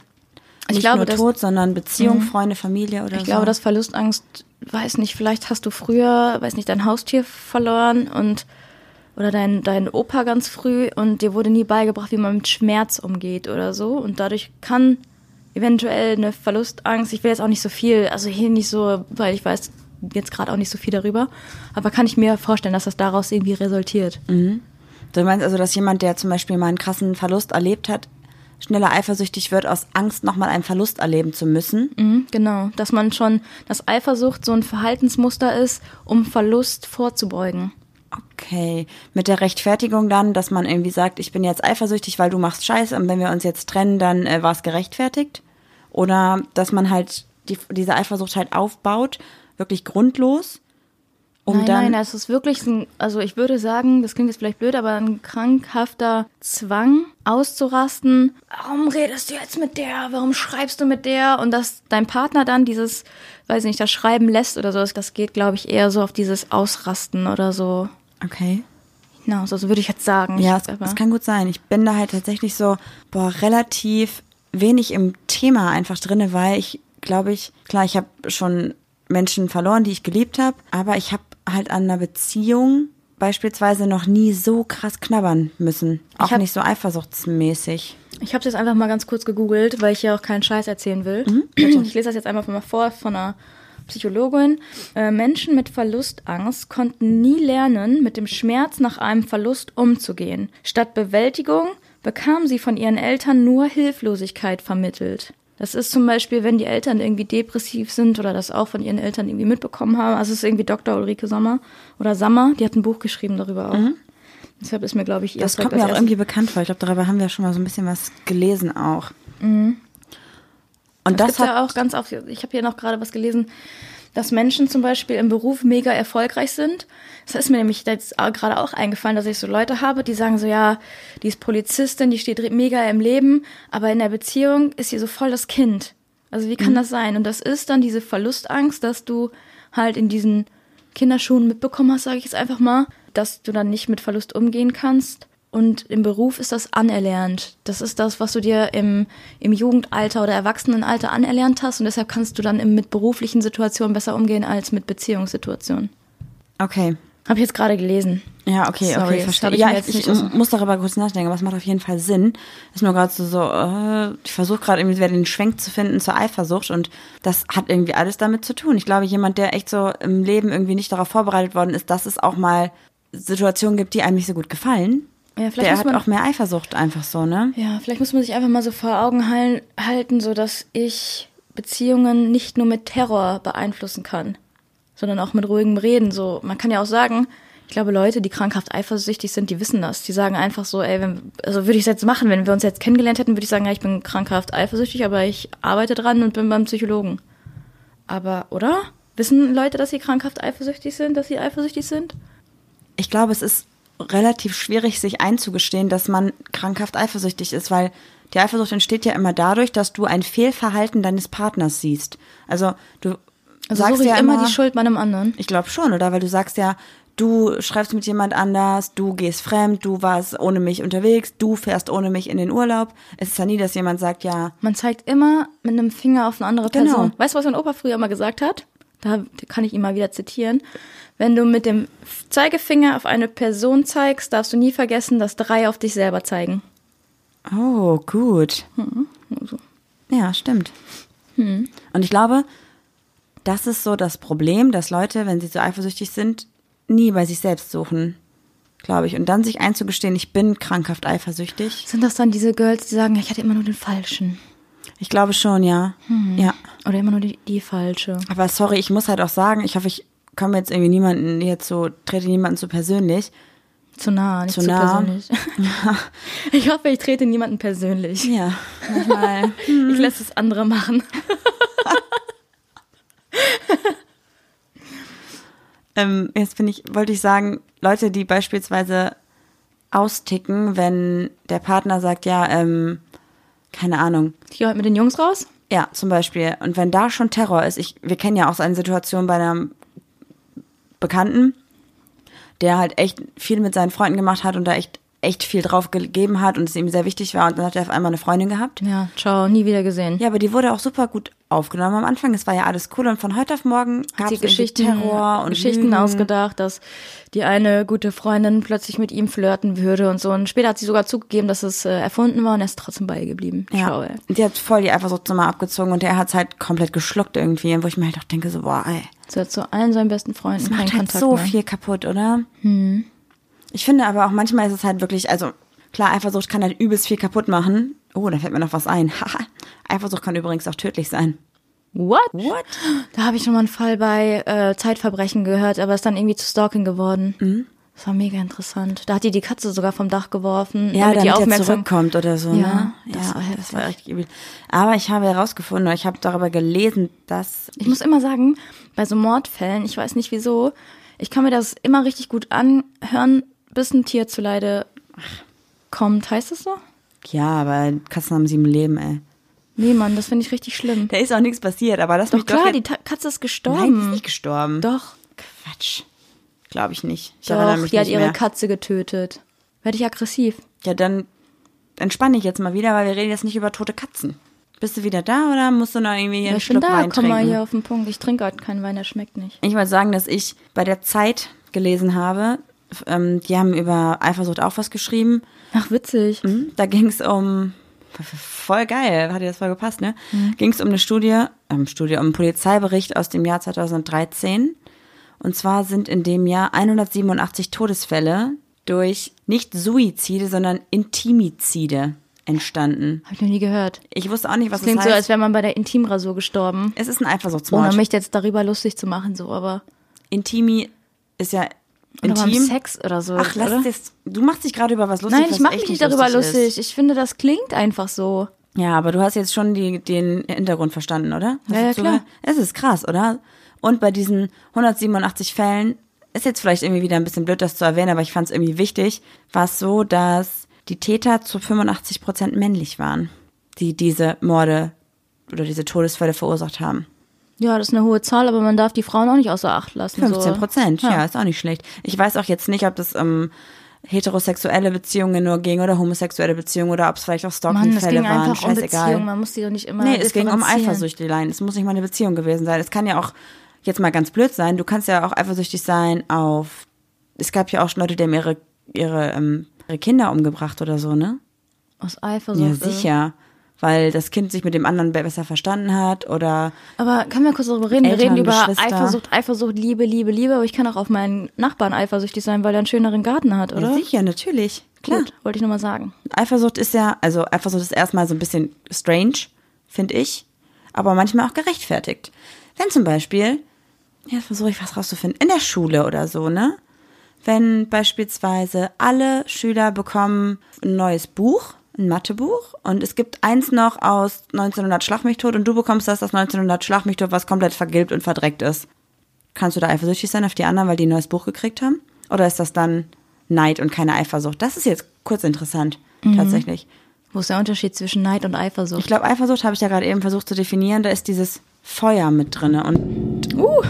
Speaker 2: Ich glaube,
Speaker 1: nur
Speaker 2: dass- Mhm.
Speaker 1: Tod, sondern Beziehung, Freunde, Familie oder
Speaker 2: Ich
Speaker 1: so.
Speaker 2: glaube, dass Verlustangst, weiß nicht, vielleicht hast du früher, weiß nicht, dein Haustier verloren und oder dein, dein Opa ganz früh und dir wurde nie beigebracht, wie man mit Schmerz umgeht oder so. Und dadurch kann eventuell eine Verlustangst, ich will jetzt auch nicht so viel, also hier nicht so, weil ich weiß jetzt gerade auch nicht so viel darüber, aber kann ich mir vorstellen, dass das daraus irgendwie resultiert.
Speaker 1: Du meinst also, dass jemand, der zum Beispiel mal einen krassen Verlust erlebt hat, schneller eifersüchtig wird aus Angst, nochmal einen Verlust erleben zu müssen?
Speaker 2: Mhm, genau, dass man schon, dass Eifersucht so ein Verhaltensmuster ist, um Verlust vorzubeugen.
Speaker 1: Okay. Mit der Rechtfertigung dann, dass man irgendwie sagt, ich bin jetzt eifersüchtig, weil du machst Scheiße und wenn wir uns jetzt trennen, dann äh, war es gerechtfertigt? Oder dass man halt die, diese Eifersucht halt aufbaut, wirklich grundlos, um
Speaker 2: nein,
Speaker 1: dann.
Speaker 2: nein, das ist wirklich ein, also ich würde sagen, das klingt jetzt vielleicht blöd, aber ein krankhafter Zwang auszurasten. Warum redest du jetzt mit der? Warum schreibst du mit der? Und dass dein Partner dann dieses, weiß nicht, das Schreiben lässt oder so, das- das geht, glaube ich, eher so auf dieses Ausrasten oder so.
Speaker 1: okay.
Speaker 2: Genau, so so würde ich jetzt sagen.
Speaker 1: Ja,
Speaker 2: Ich-
Speaker 1: es, es kann gut sein. Ich bin da halt tatsächlich so, boah, relativ wenig im Thema einfach drinne, weil ich, glaube ich, klar, ich habe schon Menschen verloren, die ich geliebt habe, aber ich habe halt an einer Beziehung beispielsweise noch nie so krass knabbern müssen. Auch
Speaker 2: hab-
Speaker 1: nicht so eifersuchtsmäßig.
Speaker 2: Ich habe es jetzt einfach mal ganz kurz gegoogelt, weil ich hier auch keinen Scheiß erzählen will.
Speaker 1: Mhm.
Speaker 2: Also, Ich lese das jetzt einfach mal vor von einer Psychologin. Äh, Menschen mit Verlustangst konnten nie lernen, mit dem Schmerz nach einem Verlust umzugehen. Statt Bewältigung bekamen sie von ihren Eltern nur Hilflosigkeit vermittelt. Das ist zum Beispiel, wenn die Eltern irgendwie depressiv sind oder das auch von ihren Eltern irgendwie mitbekommen haben. Also es ist irgendwie Dr. Ulrike Sommer oder Sommer, die hat ein Buch geschrieben darüber auch. Deshalb ist mir, glaube ich, ihr
Speaker 1: Mhm. Das
Speaker 2: Aspekt
Speaker 1: kommt mir
Speaker 2: als
Speaker 1: auch irgendwie bekannt vor. Ich glaube, darüber haben wir schon mal so ein bisschen was gelesen auch. Und das, hat
Speaker 2: Das, Mhm. gibt ja auch ganz oft, ich habe hier noch gerade was gelesen, dass Menschen zum Beispiel im Beruf mega erfolgreich sind. Das ist mir nämlich jetzt auch- gerade auch eingefallen, dass ich so Leute habe, die sagen so, ja, die ist Polizistin, die steht re- mega im Leben, aber in der Beziehung ist sie so voll das Kind. Also wie kann
Speaker 1: Mhm.
Speaker 2: das sein? Und das ist dann diese Verlustangst, dass du halt in diesen Kinderschuhen mitbekommen hast, sage ich jetzt einfach mal, dass du dann nicht mit Verlust umgehen kannst. Und im Beruf ist das anerlernt. Das ist das, was du dir im, im Jugendalter oder Erwachsenenalter anerlernt hast. Und deshalb kannst du dann im, mit beruflichen Situationen besser umgehen als mit Beziehungssituationen.
Speaker 1: okay.
Speaker 2: Habe ich jetzt gerade gelesen.
Speaker 1: Ja, okay,
Speaker 2: Sorry,
Speaker 1: okay,
Speaker 2: das
Speaker 1: verstehe.
Speaker 2: habe ich
Speaker 1: ja,
Speaker 2: mir
Speaker 1: ich,
Speaker 2: jetzt
Speaker 1: ich
Speaker 2: nicht um. aus-
Speaker 1: muss darüber kurz nachdenken, aber es macht auf jeden Fall Sinn. Ist nur gerade so, so äh, ich versuche gerade irgendwie wieder den Schwenk zu finden zur Eifersucht und das hat irgendwie alles damit zu tun. Ich glaube, jemand, der echt so im Leben irgendwie nicht darauf vorbereitet worden ist, dass es auch mal Situationen gibt, die einem nicht so gut gefallen,
Speaker 2: Ja, vielleicht
Speaker 1: der
Speaker 2: muss
Speaker 1: hat
Speaker 2: man-
Speaker 1: auch mehr Eifersucht einfach so, ne?
Speaker 2: Ja, vielleicht muss man sich einfach mal so vor Augen hal- halten, so dass ich Beziehungen nicht nur mit Terror beeinflussen kann, sondern auch mit ruhigem Reden. So, man kann ja auch sagen, ich glaube, Leute, die krankhaft eifersüchtig sind, die wissen das. Die sagen einfach so, ey, wenn, also würde ich es jetzt machen, wenn wir uns jetzt kennengelernt hätten, würde ich sagen, ja, ich bin krankhaft eifersüchtig, aber ich arbeite dran und bin beim Psychologen. Aber, oder? Wissen Leute, dass sie krankhaft eifersüchtig sind, dass sie eifersüchtig sind?
Speaker 1: ich glaube, es ist relativ schwierig, sich einzugestehen, dass man krankhaft eifersüchtig ist, weil die Eifersucht entsteht ja immer dadurch, dass du ein Fehlverhalten deines Partners siehst. Also du
Speaker 2: Also
Speaker 1: sagst
Speaker 2: suche ich
Speaker 1: ja
Speaker 2: immer die Schuld bei einem anderen.
Speaker 1: ich glaube schon, oder? Weil du sagst ja, du schreibst mit jemand anders, du gehst fremd, du warst ohne mich unterwegs, du fährst ohne mich in den Urlaub. Es ist ja nie, dass jemand sagt, ja,
Speaker 2: Man zeigt immer mit einem Finger auf eine andere
Speaker 1: Genau.
Speaker 2: Person. Weißt du, was mein Opa früher immer gesagt hat? da kann ich ihn mal wieder zitieren. Wenn du mit dem Zeigefinger auf eine Person zeigst, darfst du nie vergessen, dass drei auf dich selber zeigen.
Speaker 1: Oh, gut.
Speaker 2: Also,
Speaker 1: Ja, stimmt. Und ich glaube, das ist so das Problem, dass Leute, wenn sie so eifersüchtig sind, nie bei sich selbst suchen, glaube ich. Und dann sich einzugestehen, ich bin krankhaft eifersüchtig.
Speaker 2: sind das dann diese Girls, die sagen, ich hatte immer nur den Falschen?
Speaker 1: Ich glaube schon, ja. Ja.
Speaker 2: Oder immer nur die, die Falsche?
Speaker 1: Aber sorry, ich muss halt auch sagen, ich hoffe, ich komme jetzt irgendwie niemanden hier zu, trete niemanden zu persönlich.
Speaker 2: Zu nah, nicht
Speaker 1: Zu
Speaker 2: zu,
Speaker 1: nah.
Speaker 2: *laughs* persönlich. Ich hoffe, ich trete niemanden persönlich.
Speaker 1: Ja, manchmal. *laughs*
Speaker 2: Ich lasse es andere machen.
Speaker 1: ähm, jetzt bin ich, wollte ich sagen, Leute, die beispielsweise austicken, wenn der Partner sagt, ja, ähm, keine Ahnung,
Speaker 2: Ich gehe heute mit den Jungs raus.
Speaker 1: Ja, zum Beispiel. Und wenn da schon Terror ist, ich, wir kennen ja auch so eine Situation bei einem Bekannten, der halt echt viel mit seinen Freunden gemacht hat und da echt, echt viel drauf gegeben hat und es ihm sehr wichtig war und dann hat er auf einmal eine Freundin gehabt.
Speaker 2: Ja, ciao, nie wieder gesehen.
Speaker 1: Ja, aber die wurde auch super gut aufgenommen am Anfang. Es war ja alles cool und von heute auf morgen gab
Speaker 2: die
Speaker 1: es
Speaker 2: Geschichten,
Speaker 1: Terror und
Speaker 2: Hm, Geschichten
Speaker 1: Lügen.
Speaker 2: ausgedacht, dass die eine gute Freundin plötzlich mit ihm flirten würde und so. Und später hat sie sogar zugegeben, dass es äh, erfunden war und er ist trotzdem bei ihr geblieben. Schau,
Speaker 1: Ja.
Speaker 2: ey.
Speaker 1: Und die hat voll die Eifersucht mal abgezogen und er hat es halt komplett geschluckt irgendwie, wo ich mir halt auch denke, so, boah, ey.
Speaker 2: Sie hat zu allen seinen besten Freunden keinen
Speaker 1: macht halt
Speaker 2: Kontakt
Speaker 1: so
Speaker 2: mehr. Hm.
Speaker 1: viel kaputt, oder? Ich finde aber auch manchmal ist es halt wirklich, also klar, Eifersucht kann halt übelst viel kaputt machen. Oh, da fällt mir noch was ein. Haha. *laughs* Eifersucht kann übrigens auch tödlich sein.
Speaker 2: What?
Speaker 1: What?
Speaker 2: Da habe ich schon mal einen Fall bei äh, Zeitverbrechen gehört, aber ist dann irgendwie zu Stalking geworden.
Speaker 1: Mhm.
Speaker 2: Das war mega interessant. Da hat die die Katze sogar vom Dach geworfen,
Speaker 1: Ja,
Speaker 2: damit die
Speaker 1: damit er
Speaker 2: aufmerksam
Speaker 1: zurückkommt oder so.
Speaker 2: Ja,
Speaker 1: ne?
Speaker 2: das war
Speaker 1: das war echt übel. Aber ich habe herausgefunden, oder ich habe darüber gelesen, dass
Speaker 2: Ich muss immer sagen, bei so Mordfällen, ich weiß nicht wieso, ich kann mir das immer richtig gut anhören, bis ein Tier zu Leide kommt. Heißt das so?
Speaker 1: ja, aber Katzen haben sieben Leben, ey.
Speaker 2: Nee, Mann, das finde ich richtig schlimm.
Speaker 1: Da ist auch nichts passiert, aber das
Speaker 2: Doch klar,
Speaker 1: jetzt-
Speaker 2: die Ta Katze ist
Speaker 1: Nein, die
Speaker 2: gestorben.
Speaker 1: ist nicht gestorben.
Speaker 2: Doch,
Speaker 1: Quatsch. Glaube ich nicht. Ich erinnere
Speaker 2: doch,
Speaker 1: mich
Speaker 2: die hat
Speaker 1: nicht
Speaker 2: ihre
Speaker 1: mehr.
Speaker 2: Katze getötet. Werde ich aggressiv.
Speaker 1: Ja, dann entspanne ich jetzt mal wieder, weil wir reden jetzt nicht über tote Katzen. Bist du wieder da oder musst du noch irgendwie hier
Speaker 2: Ja,
Speaker 1: einen
Speaker 2: ich bin
Speaker 1: Schluck
Speaker 2: da,
Speaker 1: Wein
Speaker 2: komm
Speaker 1: trinken?
Speaker 2: mal hier auf den Punkt. Ich trinke heute keinen Wein, der schmeckt nicht.
Speaker 1: Ich wollte sagen, dass ich bei der Zeit gelesen habe, f- ähm, die haben über Eifersucht auch was geschrieben.
Speaker 2: Ach, witzig.
Speaker 1: Mhm. Da ging es um, voll geil, hat dir das voll gepasst, ne?
Speaker 2: Mhm.
Speaker 1: Ging es um eine Studie, ähm, Studie, um einen Polizeibericht aus dem Jahr 2013. Und zwar sind in dem Jahr 187 Todesfälle durch nicht Suizide, sondern Intimizide entstanden.
Speaker 2: Habe ich noch nie gehört.
Speaker 1: Ich wusste auch nicht, was
Speaker 2: Das klingt
Speaker 1: das
Speaker 2: so,
Speaker 1: heißt.
Speaker 2: als wäre man bei der Intimrasur gestorben.
Speaker 1: es ist ein Eifersuchtsmord.
Speaker 2: Ohne mich jetzt darüber lustig zu machen, so, aber.
Speaker 1: Intimi ist ja
Speaker 2: Oder beim
Speaker 1: intim.
Speaker 2: Sex oder so.
Speaker 1: Ach, lass
Speaker 2: oder?
Speaker 1: das. Du machst dich gerade über was lustig.
Speaker 2: Nein,
Speaker 1: was
Speaker 2: ich mache
Speaker 1: echt
Speaker 2: mich nicht darüber lustig.
Speaker 1: ist.
Speaker 2: Ich finde, das klingt einfach so.
Speaker 1: Ja, aber du hast jetzt schon die, den Hintergrund verstanden, oder? Hast
Speaker 2: Ja,
Speaker 1: du
Speaker 2: ja,
Speaker 1: zugehört?
Speaker 2: klar.
Speaker 1: Es ist krass, oder? Und bei diesen 187 Fällen ist jetzt vielleicht irgendwie wieder ein bisschen blöd, das zu erwähnen, aber ich fand es irgendwie wichtig. War es so, dass die Täter zu 85 Prozent männlich waren, die diese Morde oder diese Todesfälle verursacht haben.
Speaker 2: Ja, das ist eine hohe Zahl, aber man darf die Frauen auch nicht außer Acht lassen.
Speaker 1: 15 Prozent,
Speaker 2: So.
Speaker 1: ja. ist auch nicht schlecht. Ich weiß auch jetzt nicht, ob das um heterosexuelle Beziehungen nur ging oder homosexuelle Beziehungen oder ob es vielleicht auch
Speaker 2: Mann, das
Speaker 1: Stalking-Fälle
Speaker 2: ging
Speaker 1: waren.
Speaker 2: einfach um
Speaker 1: Scheißegal.
Speaker 2: Beziehungen. Man muss die doch nicht immer.
Speaker 1: nee, es ging um
Speaker 2: äh, differenzieren.
Speaker 1: Eifersüchteleien. Es muss nicht mal eine Beziehung gewesen sein. Es kann ja auch jetzt mal ganz blöd sein. Du kannst ja auch eifersüchtig sein auf. Es gab ja auch schon Leute, die haben ihre, ihre, ähm, ihre Kinder umgebracht oder so, ne?
Speaker 2: Aus
Speaker 1: Ja,
Speaker 2: Eifersucht. äh.
Speaker 1: sicher. Weil das Kind sich mit dem anderen be- besser verstanden hat oder
Speaker 2: Aber können wir kurz darüber reden? Wir
Speaker 1: Eltern,
Speaker 2: reden über
Speaker 1: Geschwister.
Speaker 2: Eifersucht, Eifersucht, Liebe, Liebe, Liebe. Aber ich kann auch auf meinen Nachbarn eifersüchtig sein, weil er einen schöneren Garten hat, oder?
Speaker 1: Ja, sicher, natürlich. Klar.
Speaker 2: Gut, wollte ich nur mal sagen.
Speaker 1: Eifersucht ist ja, also Eifersucht ist erstmal so ein bisschen strange, finde ich, aber manchmal auch gerechtfertigt. Wenn zum Beispiel, ja, versuche ich was rauszufinden, in der Schule oder so, ne? Wenn beispielsweise alle Schüler bekommen ein neues Buch, ein Mathebuch, und es gibt eins noch aus 1900 Schlag mich tot und du bekommst das aus 1900 Schlag mich tot, was komplett vergilbt und verdreckt ist. Kannst du da eifersüchtig sein auf die anderen, weil die ein neues Buch gekriegt haben? Oder ist das dann Neid und keine Eifersucht? Das ist jetzt kurz interessant, tatsächlich.
Speaker 2: Wo ist der Unterschied zwischen Neid und Eifersucht?
Speaker 1: Ich glaube, Eifersucht habe ich ja gerade eben versucht zu definieren. Da ist dieses Feuer mit drin. Und
Speaker 2: uh,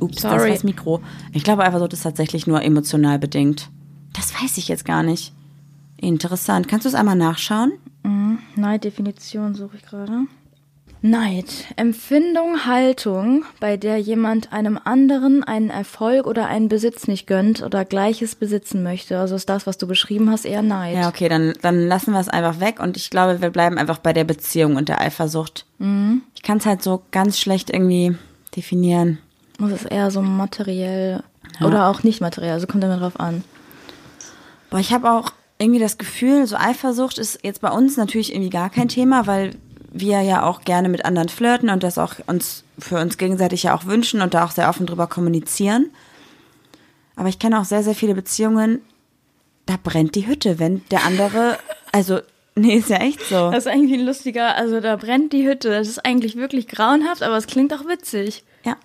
Speaker 1: ups, das war
Speaker 2: Sorry.
Speaker 1: das Mikro. Ich glaube, Eifersucht ist tatsächlich nur emotional bedingt. Das weiß ich jetzt gar nicht. Interessant. Kannst du es einmal nachschauen?
Speaker 2: Neiddefinition suche ich gerade. Neid. Empfindung, Haltung, bei der jemand einem anderen einen Erfolg oder einen Besitz nicht gönnt oder Gleiches besitzen möchte. Also ist das, was du beschrieben hast, eher Neid.
Speaker 1: Ja, okay, dann, dann lassen wir es einfach weg und ich glaube, wir bleiben einfach bei der Beziehung und der Eifersucht. Ich kann es halt so ganz schlecht irgendwie definieren.
Speaker 2: Das ist eher so materiell oder auch nicht materiell. Also kommt immer drauf an.
Speaker 1: Boah, ich habe auch irgendwie das Gefühl, so Eifersucht ist jetzt bei uns natürlich irgendwie gar kein Thema, weil wir ja auch gerne mit anderen flirten und das auch uns für uns gegenseitig ja auch wünschen und da auch sehr offen drüber kommunizieren. Aber ich kenne auch sehr, sehr viele Beziehungen, da brennt die Hütte, wenn der andere, also, *laughs* nee, ist ja echt so.
Speaker 2: Das ist eigentlich ein lustiger, also da brennt die Hütte. Das ist eigentlich wirklich grauenhaft, aber es klingt auch witzig.
Speaker 1: Ja.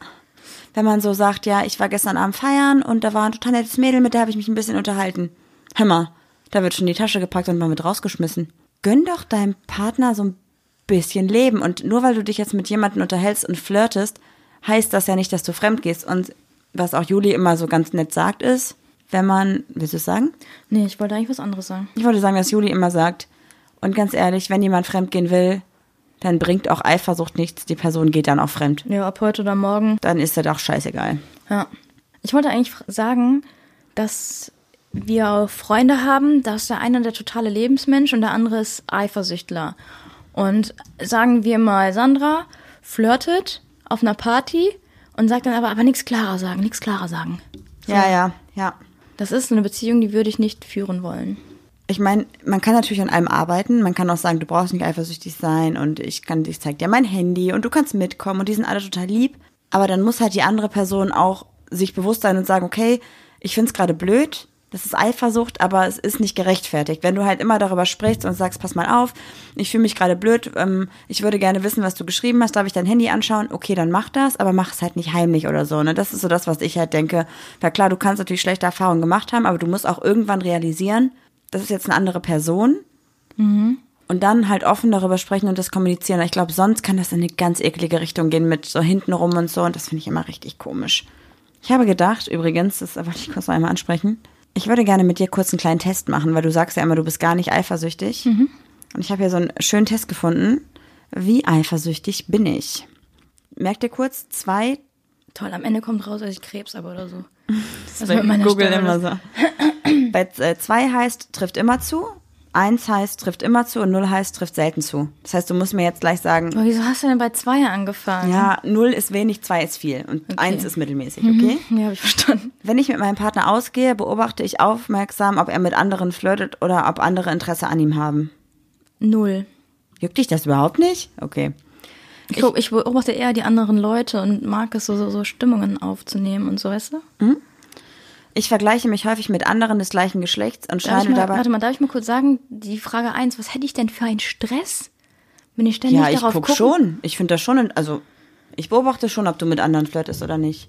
Speaker 1: Wenn man so sagt, ja, ich war gestern Abend feiern und da war ein total nettes Mädel, mit der habe ich mich ein bisschen unterhalten. Hör mal, da wird schon die Tasche gepackt und mal mit rausgeschmissen. Gönn doch deinem Partner so ein bisschen Leben. Und nur weil du dich jetzt mit jemandem unterhältst und flirtest, heißt das ja nicht, dass du fremd gehst. Und was auch Juli immer so ganz nett sagt, ist, wenn man, willst du es sagen?
Speaker 2: Nee, ich wollte eigentlich was anderes sagen.
Speaker 1: Ich wollte sagen, dass Juli immer sagt, und ganz ehrlich, wenn jemand fremd gehen will, dann bringt auch Eifersucht nichts. Die Person geht dann auch fremd.
Speaker 2: Ja, ab heute oder morgen.
Speaker 1: Dann ist das auch scheißegal.
Speaker 2: Ja. Ich wollte eigentlich fr- sagen, dass wir auch Freunde haben, dass der eine der totale Lebensmensch und der andere ist Eifersüchtler. Und sagen wir mal, Sandra flirtet auf einer Party und sagt dann aber, aber nichts klarer sagen, nichts klarer sagen.
Speaker 1: Ja, ja, ja.
Speaker 2: Das ist eine Beziehung, die würde ich nicht führen wollen.
Speaker 1: ich meine, man kann natürlich an einem arbeiten. Man kann auch sagen, du brauchst nicht eifersüchtig sein und ich kann, ich zeig dir mein Handy und du kannst mitkommen und die sind alle total lieb. Aber dann muss halt die andere Person auch sich bewusst sein und sagen, okay, ich find's gerade blöd, das ist Eifersucht, aber es ist nicht gerechtfertigt. Wenn du halt immer darüber sprichst und sagst, pass mal auf, ich fühle mich gerade blöd, ähm, ich würde gerne wissen, was du geschrieben hast, darf ich dein Handy anschauen? Okay, dann mach das, aber mach es halt nicht heimlich oder so. Ne? Das ist so das, was ich halt denke. Weil klar, du kannst natürlich schlechte Erfahrungen gemacht haben, aber du musst auch irgendwann realisieren, das ist jetzt eine andere Person. Und dann halt offen darüber sprechen und das kommunizieren. Ich glaube, sonst kann das in eine ganz eklige Richtung gehen mit so hintenrum und so. Und das finde ich immer richtig komisch. Ich habe gedacht, übrigens, das wollte ich kurz noch einmal ansprechen. Ich würde gerne mit dir kurz einen kleinen Test machen, weil du sagst ja immer, du bist gar nicht eifersüchtig. Und ich habe hier so einen schönen Test gefunden. Wie eifersüchtig bin ich? Merk dir kurz zwei
Speaker 2: Toll, am Ende kommt raus, dass ich Krebs habe oder so. Das
Speaker 1: bei Google immer so. Bei äh, zwei heißt, trifft immer zu. Eins heißt, trifft immer zu. Und null heißt, trifft selten zu. Das heißt, du musst mir jetzt gleich sagen,
Speaker 2: Aber wieso hast du denn bei zwei angefangen?
Speaker 1: ja, null ist wenig, zwei ist viel. Und eins ist mittelmäßig, okay?
Speaker 2: Ja, habe ich verstanden.
Speaker 1: Wenn ich mit meinem Partner ausgehe, beobachte ich aufmerksam, ob er mit anderen flirtet oder ob andere Interesse an ihm haben.
Speaker 2: Null.
Speaker 1: Juckt dich das überhaupt nicht? Okay.
Speaker 2: Ich, glaub, ich beobachte eher die anderen Leute und mag es, so, so, so Stimmungen aufzunehmen und so, weißt du?
Speaker 1: Ich vergleiche mich häufig mit anderen des gleichen Geschlechts und
Speaker 2: Darf ich
Speaker 1: scheine
Speaker 2: mal,
Speaker 1: dabei.
Speaker 2: warte mal, darf ich mal kurz sagen, die Frage eins, was hätte ich denn für einen Stress, wenn ich ständig
Speaker 1: ja, ich
Speaker 2: darauf
Speaker 1: guck
Speaker 2: gucke?
Speaker 1: schon. Ich finde das schon, also ich beobachte schon, ob du mit anderen flirtest oder nicht.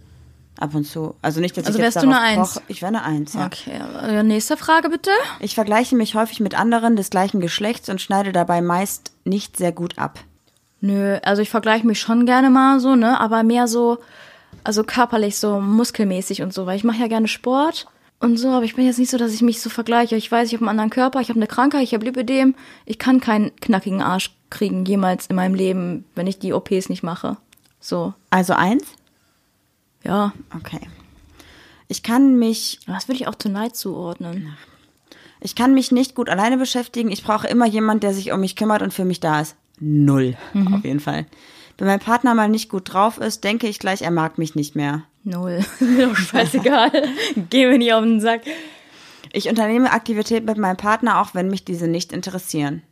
Speaker 1: Ab und zu. Also nicht, dass
Speaker 2: Also
Speaker 1: ich jetzt
Speaker 2: wärst du eine
Speaker 1: darauf
Speaker 2: Eins?
Speaker 1: poche. Ich wäre eine Eins, ja.
Speaker 2: Okay, äh, nächste Frage bitte.
Speaker 1: Ich vergleiche mich häufig mit anderen des gleichen Geschlechts und schneide dabei meist nicht sehr gut ab.
Speaker 2: Nö, also ich vergleiche mich schon gerne mal so, ne, aber mehr so, also körperlich so muskelmäßig und so, weil ich mache ja gerne Sport und so, aber ich bin jetzt nicht so, dass ich mich so vergleiche. Ich weiß, ich habe einen anderen Körper, ich habe eine Krankheit, ich habe Lipödem, ich kann keinen knackigen Arsch kriegen jemals in meinem Leben, wenn ich die OPs nicht mache. So,
Speaker 1: Also eins?
Speaker 2: ja,
Speaker 1: Okay. Ich kann mich,
Speaker 2: das würde ich auch zu Neid zuordnen.
Speaker 1: ich kann mich nicht gut alleine beschäftigen. Ich brauche immer jemanden, der sich um mich kümmert und für mich da ist. Null.
Speaker 2: Mhm.
Speaker 1: Auf jeden Fall. Wenn mein Partner mal nicht gut drauf ist, denke ich gleich, er mag mich nicht mehr.
Speaker 2: Null. *laughs* Ist mir doch scheißegal. Geh mir nicht auf den Sack.
Speaker 1: Ich unternehme Aktivitäten mit meinem Partner, auch wenn mich diese nicht interessieren.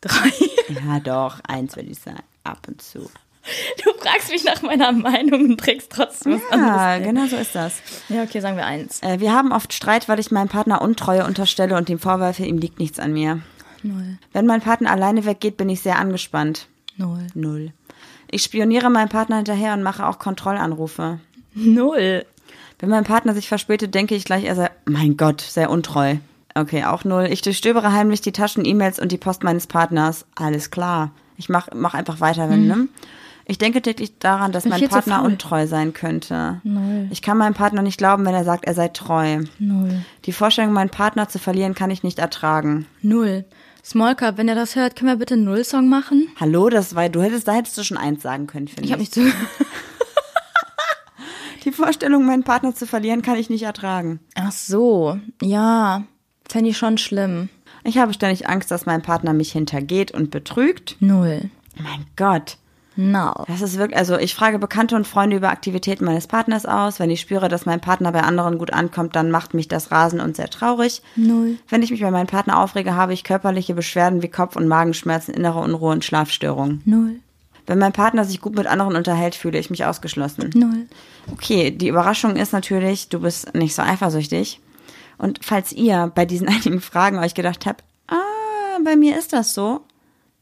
Speaker 2: Drei. *laughs*
Speaker 1: Ja, doch, eins würde ich sagen. Ab und zu.
Speaker 2: Du fragst mich nach meiner Meinung und trägst trotzdem was
Speaker 1: Ja,
Speaker 2: anderes. ein.
Speaker 1: genau so ist das.
Speaker 2: Ja, okay, sagen wir eins.
Speaker 1: Äh, wir haben oft Streit, weil ich meinem Partner Untreue unterstelle und ihm vorwerfe, ihm liegt nichts an mir.
Speaker 2: Null.
Speaker 1: Wenn mein Partner alleine weggeht, bin ich sehr angespannt.
Speaker 2: Null.
Speaker 1: Null. Ich spioniere meinem Partner hinterher und mache auch Kontrollanrufe.
Speaker 2: Null.
Speaker 1: Wenn mein Partner sich verspätet, denke ich gleich, er sei, mein Gott, sehr untreu. Okay, auch null. Ich durchstöbere heimlich die Taschen, E-Mails und die Post meines Partners. Alles klar. Ich mach, mach einfach weiter, wenn, ne? Ich denke täglich daran, dass
Speaker 2: Mhm. Bin
Speaker 1: mein
Speaker 2: viel zu
Speaker 1: Partner
Speaker 2: faul.
Speaker 1: untreu sein könnte.
Speaker 2: Null.
Speaker 1: Ich kann meinem Partner nicht glauben, wenn er sagt, er sei treu.
Speaker 2: Null.
Speaker 1: Die Vorstellung, meinen Partner zu verlieren, kann ich nicht ertragen.
Speaker 2: Null. Small Cup, wenn ihr das hört, können wir bitte einen Null-Song machen?
Speaker 1: Hallo, das war, du hättest, da hättest du schon eins sagen können, finde
Speaker 2: Ich
Speaker 1: ich.
Speaker 2: habe nicht zu.
Speaker 1: Die Vorstellung, meinen Partner zu verlieren, kann ich nicht ertragen.
Speaker 2: *laughs* Ach so, ja. Fände ich schon schlimm.
Speaker 1: Ich habe ständig Angst, dass mein Partner mich hintergeht und betrügt.
Speaker 2: Null.
Speaker 1: Mein Gott.
Speaker 2: No.
Speaker 1: Das ist wirklich, also ich frage Bekannte und Freunde über Aktivitäten meines Partners aus. Wenn ich spüre, dass mein Partner bei anderen gut ankommt, dann macht mich das rasend und sehr traurig.
Speaker 2: Null.
Speaker 1: Wenn ich mich bei meinem Partner aufrege, habe ich körperliche Beschwerden wie Kopf- und Magenschmerzen, innere Unruhe und Schlafstörungen.
Speaker 2: Null.
Speaker 1: Wenn mein Partner sich gut mit anderen unterhält, fühle ich mich ausgeschlossen.
Speaker 2: Null.
Speaker 1: Okay, die Überraschung ist natürlich, du bist nicht so eifersüchtig. Und falls ihr bei diesen *laughs* einigen Fragen euch gedacht habt, ah, bei mir ist das so,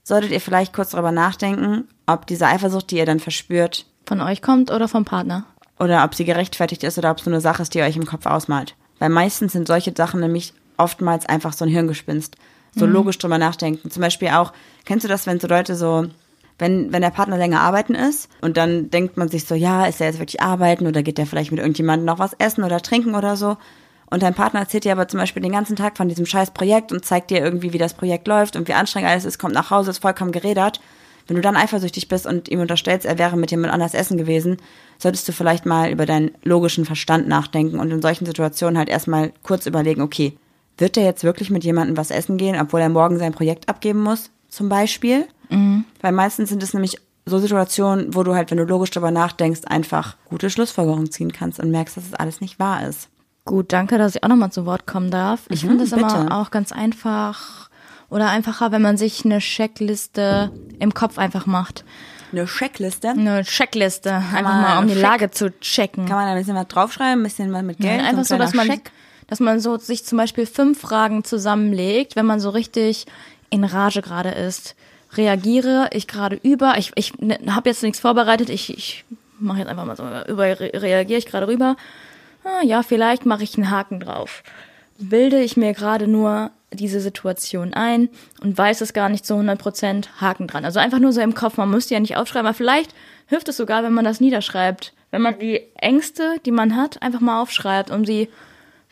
Speaker 1: solltet ihr vielleicht kurz darüber nachdenken, ob diese Eifersucht, die ihr dann verspürt,
Speaker 2: Von euch kommt oder vom Partner?
Speaker 1: oder ob sie gerechtfertigt ist oder ob es nur eine Sache ist, die ihr euch im Kopf ausmalt. Weil meistens sind solche Sachen nämlich oftmals einfach so ein Hirngespinst. So logisch drüber nachdenken. Zum Beispiel auch, kennst du das, wenn so Leute so, wenn, wenn der Partner länger arbeiten ist und dann denkt man sich so, ja, ist er jetzt wirklich arbeiten oder geht der vielleicht mit irgendjemandem noch was essen oder trinken oder so? Und dein Partner erzählt dir aber zum Beispiel den ganzen Tag von diesem scheiß Projekt und zeigt dir irgendwie, wie das Projekt läuft und wie anstrengend alles ist, kommt nach Hause, ist vollkommen geredert. Wenn du dann eifersüchtig bist und ihm unterstellst, er wäre mit jemand anders essen gewesen, solltest du vielleicht mal über deinen logischen Verstand nachdenken und in solchen Situationen halt erstmal kurz überlegen, okay, wird der jetzt wirklich mit jemandem was essen gehen, obwohl er morgen sein Projekt abgeben muss, zum Beispiel?
Speaker 2: Mhm.
Speaker 1: Weil meistens sind es nämlich so Situationen, wo du halt, wenn du logisch darüber nachdenkst, einfach gute Schlussfolgerungen ziehen kannst und merkst, dass es alles nicht wahr ist.
Speaker 2: Gut, danke, dass ich auch nochmal zu Wort kommen darf. Ich
Speaker 1: Mhm,
Speaker 2: finde es
Speaker 1: bitte.
Speaker 2: immer auch ganz einfach oder einfacher, wenn man sich eine Checkliste im Kopf einfach macht.
Speaker 1: Eine Checkliste.
Speaker 2: Eine Checkliste, einfach
Speaker 1: man
Speaker 2: mal um die
Speaker 1: check-
Speaker 2: Lage zu checken.
Speaker 1: Kann man ein bisschen was draufschreiben, ein bisschen was mit Geld.
Speaker 2: Nein, einfach so,
Speaker 1: ein kleiner
Speaker 2: dass man,
Speaker 1: Scheck.
Speaker 2: dass man so sich zum Beispiel fünf Fragen zusammenlegt, wenn man so richtig in Rage gerade ist. Reagiere ich gerade über? Ich, ich ne, habe jetzt nichts vorbereitet. Ich, ich mache jetzt einfach mal so über. re- Reagiere ich gerade rüber? Ah, ja, vielleicht mache ich einen Haken drauf. Bilde ich mir gerade nur diese Situation ein und weiß es gar nicht zu 100% Haken dran. Also einfach nur so im Kopf, man müsste ja nicht aufschreiben, aber vielleicht hilft es sogar, wenn man das niederschreibt. Wenn man die Ängste, die man hat, einfach mal aufschreibt, um sie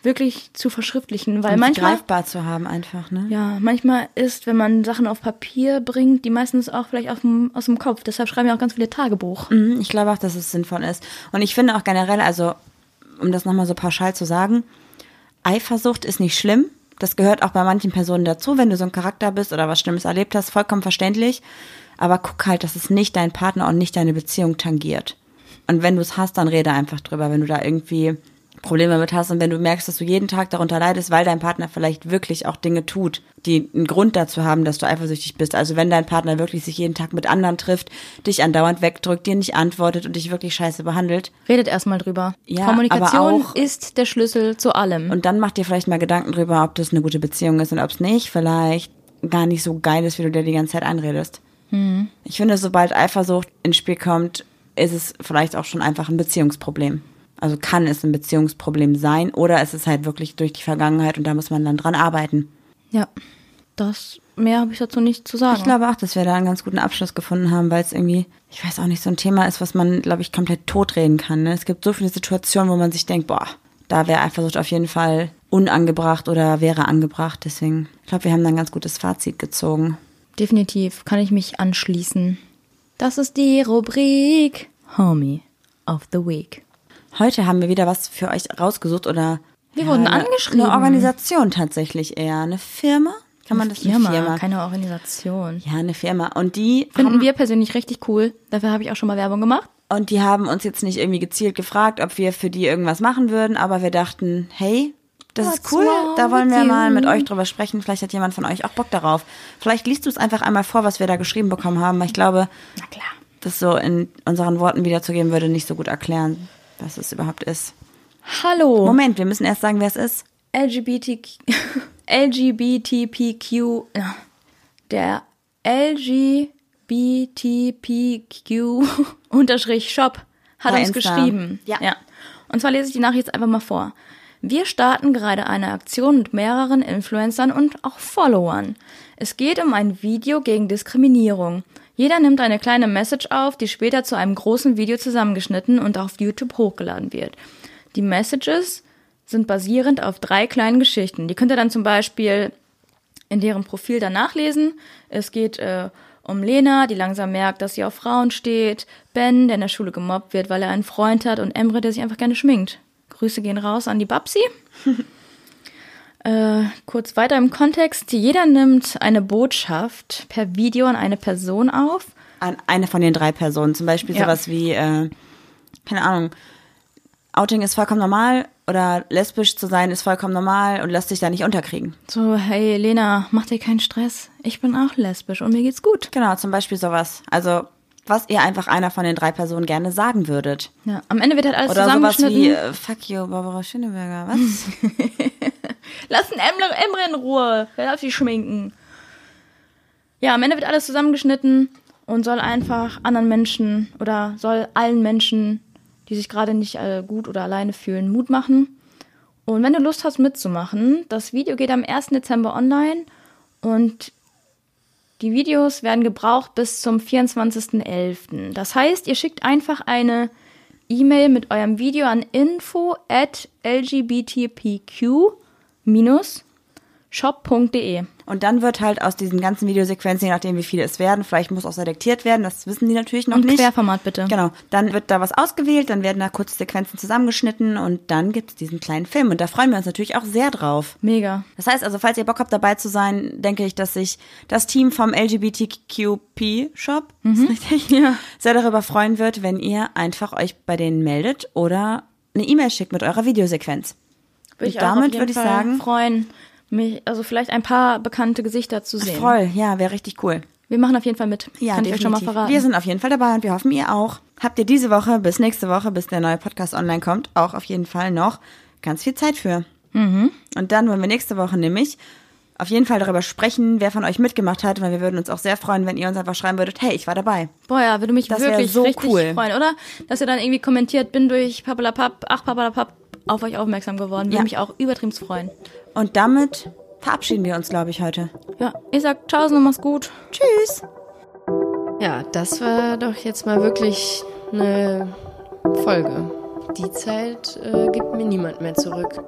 Speaker 2: wirklich zu verschriftlichen. Weil
Speaker 1: Um es
Speaker 2: manchmal,
Speaker 1: greifbar zu haben einfach, ne?
Speaker 2: ja, manchmal ist, wenn man Sachen auf Papier bringt, die meistens auch vielleicht auf dem, aus dem Kopf. Deshalb schreiben ja auch ganz viele Tagebuch.
Speaker 1: Mhm, Ich glaube auch, dass es sinnvoll ist. Und ich finde auch generell, also um das nochmal so pauschal zu sagen, Eifersucht ist nicht schlimm. Das gehört auch bei manchen Personen dazu, wenn du so ein Charakter bist oder was Schlimmes erlebt hast, vollkommen verständlich. Aber guck halt, dass es nicht deinen Partner und nicht deine Beziehung tangiert. Und wenn du es hast, dann rede einfach drüber, wenn du da irgendwie Probleme mit hast und wenn du merkst, dass du jeden Tag darunter leidest, weil dein Partner vielleicht wirklich auch Dinge tut, die einen Grund dazu haben, dass du eifersüchtig bist. Also wenn dein Partner wirklich sich jeden Tag mit anderen trifft, dich andauernd wegdrückt, dir nicht antwortet und dich wirklich scheiße behandelt,
Speaker 2: Redet erstmal drüber.
Speaker 1: Ja,
Speaker 2: Kommunikation
Speaker 1: aber auch-
Speaker 2: ist der Schlüssel zu allem.
Speaker 1: Und dann mach dir vielleicht mal Gedanken drüber, ob das eine gute Beziehung ist und ob es nicht vielleicht gar nicht so geil ist, wie du dir die ganze Zeit einredest. Ich finde, sobald Eifersucht ins Spiel kommt, ist es vielleicht auch schon einfach ein Beziehungsproblem. Also kann es ein Beziehungsproblem sein oder ist es ist halt wirklich durch die Vergangenheit und da muss man dann dran arbeiten.
Speaker 2: Ja, das mehr habe ich dazu nicht zu sagen.
Speaker 1: Ich glaube auch, dass wir da einen ganz guten Abschluss gefunden haben, weil es irgendwie, ich weiß auch nicht, so ein Thema ist, was man, glaube ich, komplett totreden kann. Ne? Es gibt so viele Situationen, wo man sich denkt, boah, da wäre Eifersucht auf jeden Fall unangebracht oder wäre angebracht. Deswegen, ich glaube, wir haben da ein ganz gutes Fazit gezogen.
Speaker 2: Definitiv kann ich mich anschließen. Das ist die Rubrik Homie of the Week.
Speaker 1: Heute haben wir wieder was für euch rausgesucht oder.
Speaker 2: Wir wurden
Speaker 1: eine,
Speaker 2: angeschrieben.
Speaker 1: Eine Organisation tatsächlich eher. Eine Firma? Kann man das
Speaker 2: Firma,
Speaker 1: Eine Firma?
Speaker 2: keine Organisation.
Speaker 1: ja, eine Firma. Und die
Speaker 2: Finden wir persönlich richtig cool. Dafür habe ich auch schon mal Werbung gemacht.
Speaker 1: Und die haben uns jetzt nicht irgendwie gezielt gefragt, ob wir für die irgendwas machen würden, aber wir dachten, hey, das ist
Speaker 2: What's
Speaker 1: cool,
Speaker 2: wrong
Speaker 1: da wollen
Speaker 2: with
Speaker 1: wir mal
Speaker 2: you?
Speaker 1: mit euch drüber sprechen. Vielleicht hat jemand von euch auch Bock darauf. Vielleicht liest du es einfach einmal vor, was wir da geschrieben bekommen haben, weil ich glaube,
Speaker 2: Na klar.
Speaker 1: das so in unseren Worten wiederzugeben würde nicht so gut erklären, was es überhaupt ist.
Speaker 2: Hallo.
Speaker 1: Moment, wir müssen erst sagen, wer es ist.
Speaker 2: LGBTQ, *laughs* LGBTPQ, ja, der *laughs* LGBTPQ-Shop hat
Speaker 1: Bei
Speaker 2: uns
Speaker 1: Insta.
Speaker 2: geschrieben.
Speaker 1: Ja.
Speaker 2: Und zwar lese ich die Nachricht jetzt einfach mal vor. Wir starten gerade eine Aktion mit mehreren Influencern und auch Followern. Es geht um ein Video gegen Diskriminierung. Jeder nimmt eine kleine Message auf, die später zu einem großen Video zusammengeschnitten und auf YouTube hochgeladen wird. Die Messages sind basierend auf drei kleinen Geschichten. Die könnt ihr dann zum Beispiel in deren Profil dann nachlesen. Es geht äh, um Lena, die langsam merkt, dass sie auf Frauen steht, Ben, der in der Schule gemobbt wird, weil er einen Freund hat und Emre, der sich einfach gerne schminkt. Grüße gehen raus an die
Speaker 1: *laughs*
Speaker 2: Babsi. Äh, kurz weiter im Kontext. Jeder nimmt eine Botschaft per Video an eine Person auf.
Speaker 1: An eine von den drei Personen. Zum Beispiel
Speaker 2: Ja.
Speaker 1: sowas wie, äh, keine Ahnung, Outing ist vollkommen normal oder lesbisch zu sein ist vollkommen normal und lass dich da nicht unterkriegen.
Speaker 2: So, hey Lena, mach dir keinen Stress. Ich bin auch lesbisch und mir geht's gut.
Speaker 1: Genau, zum Beispiel sowas. Also, was ihr einfach einer von den drei Personen gerne sagen würdet.
Speaker 2: Ja, am Ende wird halt alles
Speaker 1: Oder sowas
Speaker 2: zusammengeschnitten.
Speaker 1: wie, äh, fuck you, Barbara Schöneberger, was?
Speaker 2: *laughs* Lass den Emre, Emre in Ruhe. Der darf sich schminken. Ja, am Ende wird alles zusammengeschnitten und soll einfach anderen Menschen oder soll allen Menschen, die sich gerade nicht äh, gut oder alleine fühlen, Mut machen. Und wenn du Lust hast mitzumachen, das Video geht am 1. Dezember online und die Videos werden gebraucht bis zum 24.11. Das heißt, ihr schickt einfach eine E-Mail mit eurem Video an info at lgbtq-shop.de.
Speaker 1: Und dann wird halt aus diesen ganzen Videosequenzen, je nachdem wie viele es werden, vielleicht muss auch selektiert werden, das wissen die natürlich noch
Speaker 2: Und
Speaker 1: nicht.
Speaker 2: Querformat bitte.
Speaker 1: Genau, dann wird da was ausgewählt, dann werden da kurze Sequenzen zusammengeschnitten und dann gibt's diesen kleinen Film. Und da freuen wir uns natürlich auch sehr drauf.
Speaker 2: Mega.
Speaker 1: Das heißt also, falls ihr Bock habt, dabei zu sein, denke ich, dass sich das Team vom LGBTQP-Shop, ist richtig,
Speaker 2: Ja.
Speaker 1: sehr darüber freuen wird, wenn ihr einfach euch bei denen meldet oder eine E-Mail schickt mit eurer Videosequenz.
Speaker 2: Würde
Speaker 1: Und
Speaker 2: auch auf
Speaker 1: damit
Speaker 2: jeden
Speaker 1: würde ich
Speaker 2: Fall
Speaker 1: sagen-
Speaker 2: freuen, mich, also vielleicht ein paar bekannte Gesichter zu sehen.
Speaker 1: Voll, ja, wäre richtig cool.
Speaker 2: Wir machen auf jeden Fall mit.
Speaker 1: Ja,
Speaker 2: Kann
Speaker 1: definitiv.
Speaker 2: ich euch schon mal verraten.
Speaker 1: Wir sind auf jeden Fall dabei und wir hoffen, ihr auch. Habt ihr diese Woche bis nächste Woche, bis der neue Podcast online kommt, auch auf jeden Fall noch ganz viel Zeit für.
Speaker 2: Mhm.
Speaker 1: Und dann wollen wir nächste Woche nämlich auf jeden Fall darüber sprechen, wer von euch mitgemacht hat, weil wir würden uns auch sehr freuen, wenn ihr uns einfach schreiben würdet, hey, ich war dabei.
Speaker 2: Boah, ja, würde mich
Speaker 1: Das wär
Speaker 2: wirklich
Speaker 1: so
Speaker 2: richtig
Speaker 1: cool.
Speaker 2: freuen, oder? Dass ihr dann irgendwie kommentiert, bin durch Papalapap, ach Papalapap, auf euch aufmerksam geworden. Würde
Speaker 1: Ja.
Speaker 2: mich auch übertrieben freuen.
Speaker 1: Und damit verabschieden wir uns, glaube ich, heute.
Speaker 2: Ja, ich sag Tschaußen und mach's gut.
Speaker 1: Tschüss!
Speaker 4: Ja, das war doch jetzt mal wirklich eine Folge. Die Zeit äh, gibt mir niemand mehr zurück.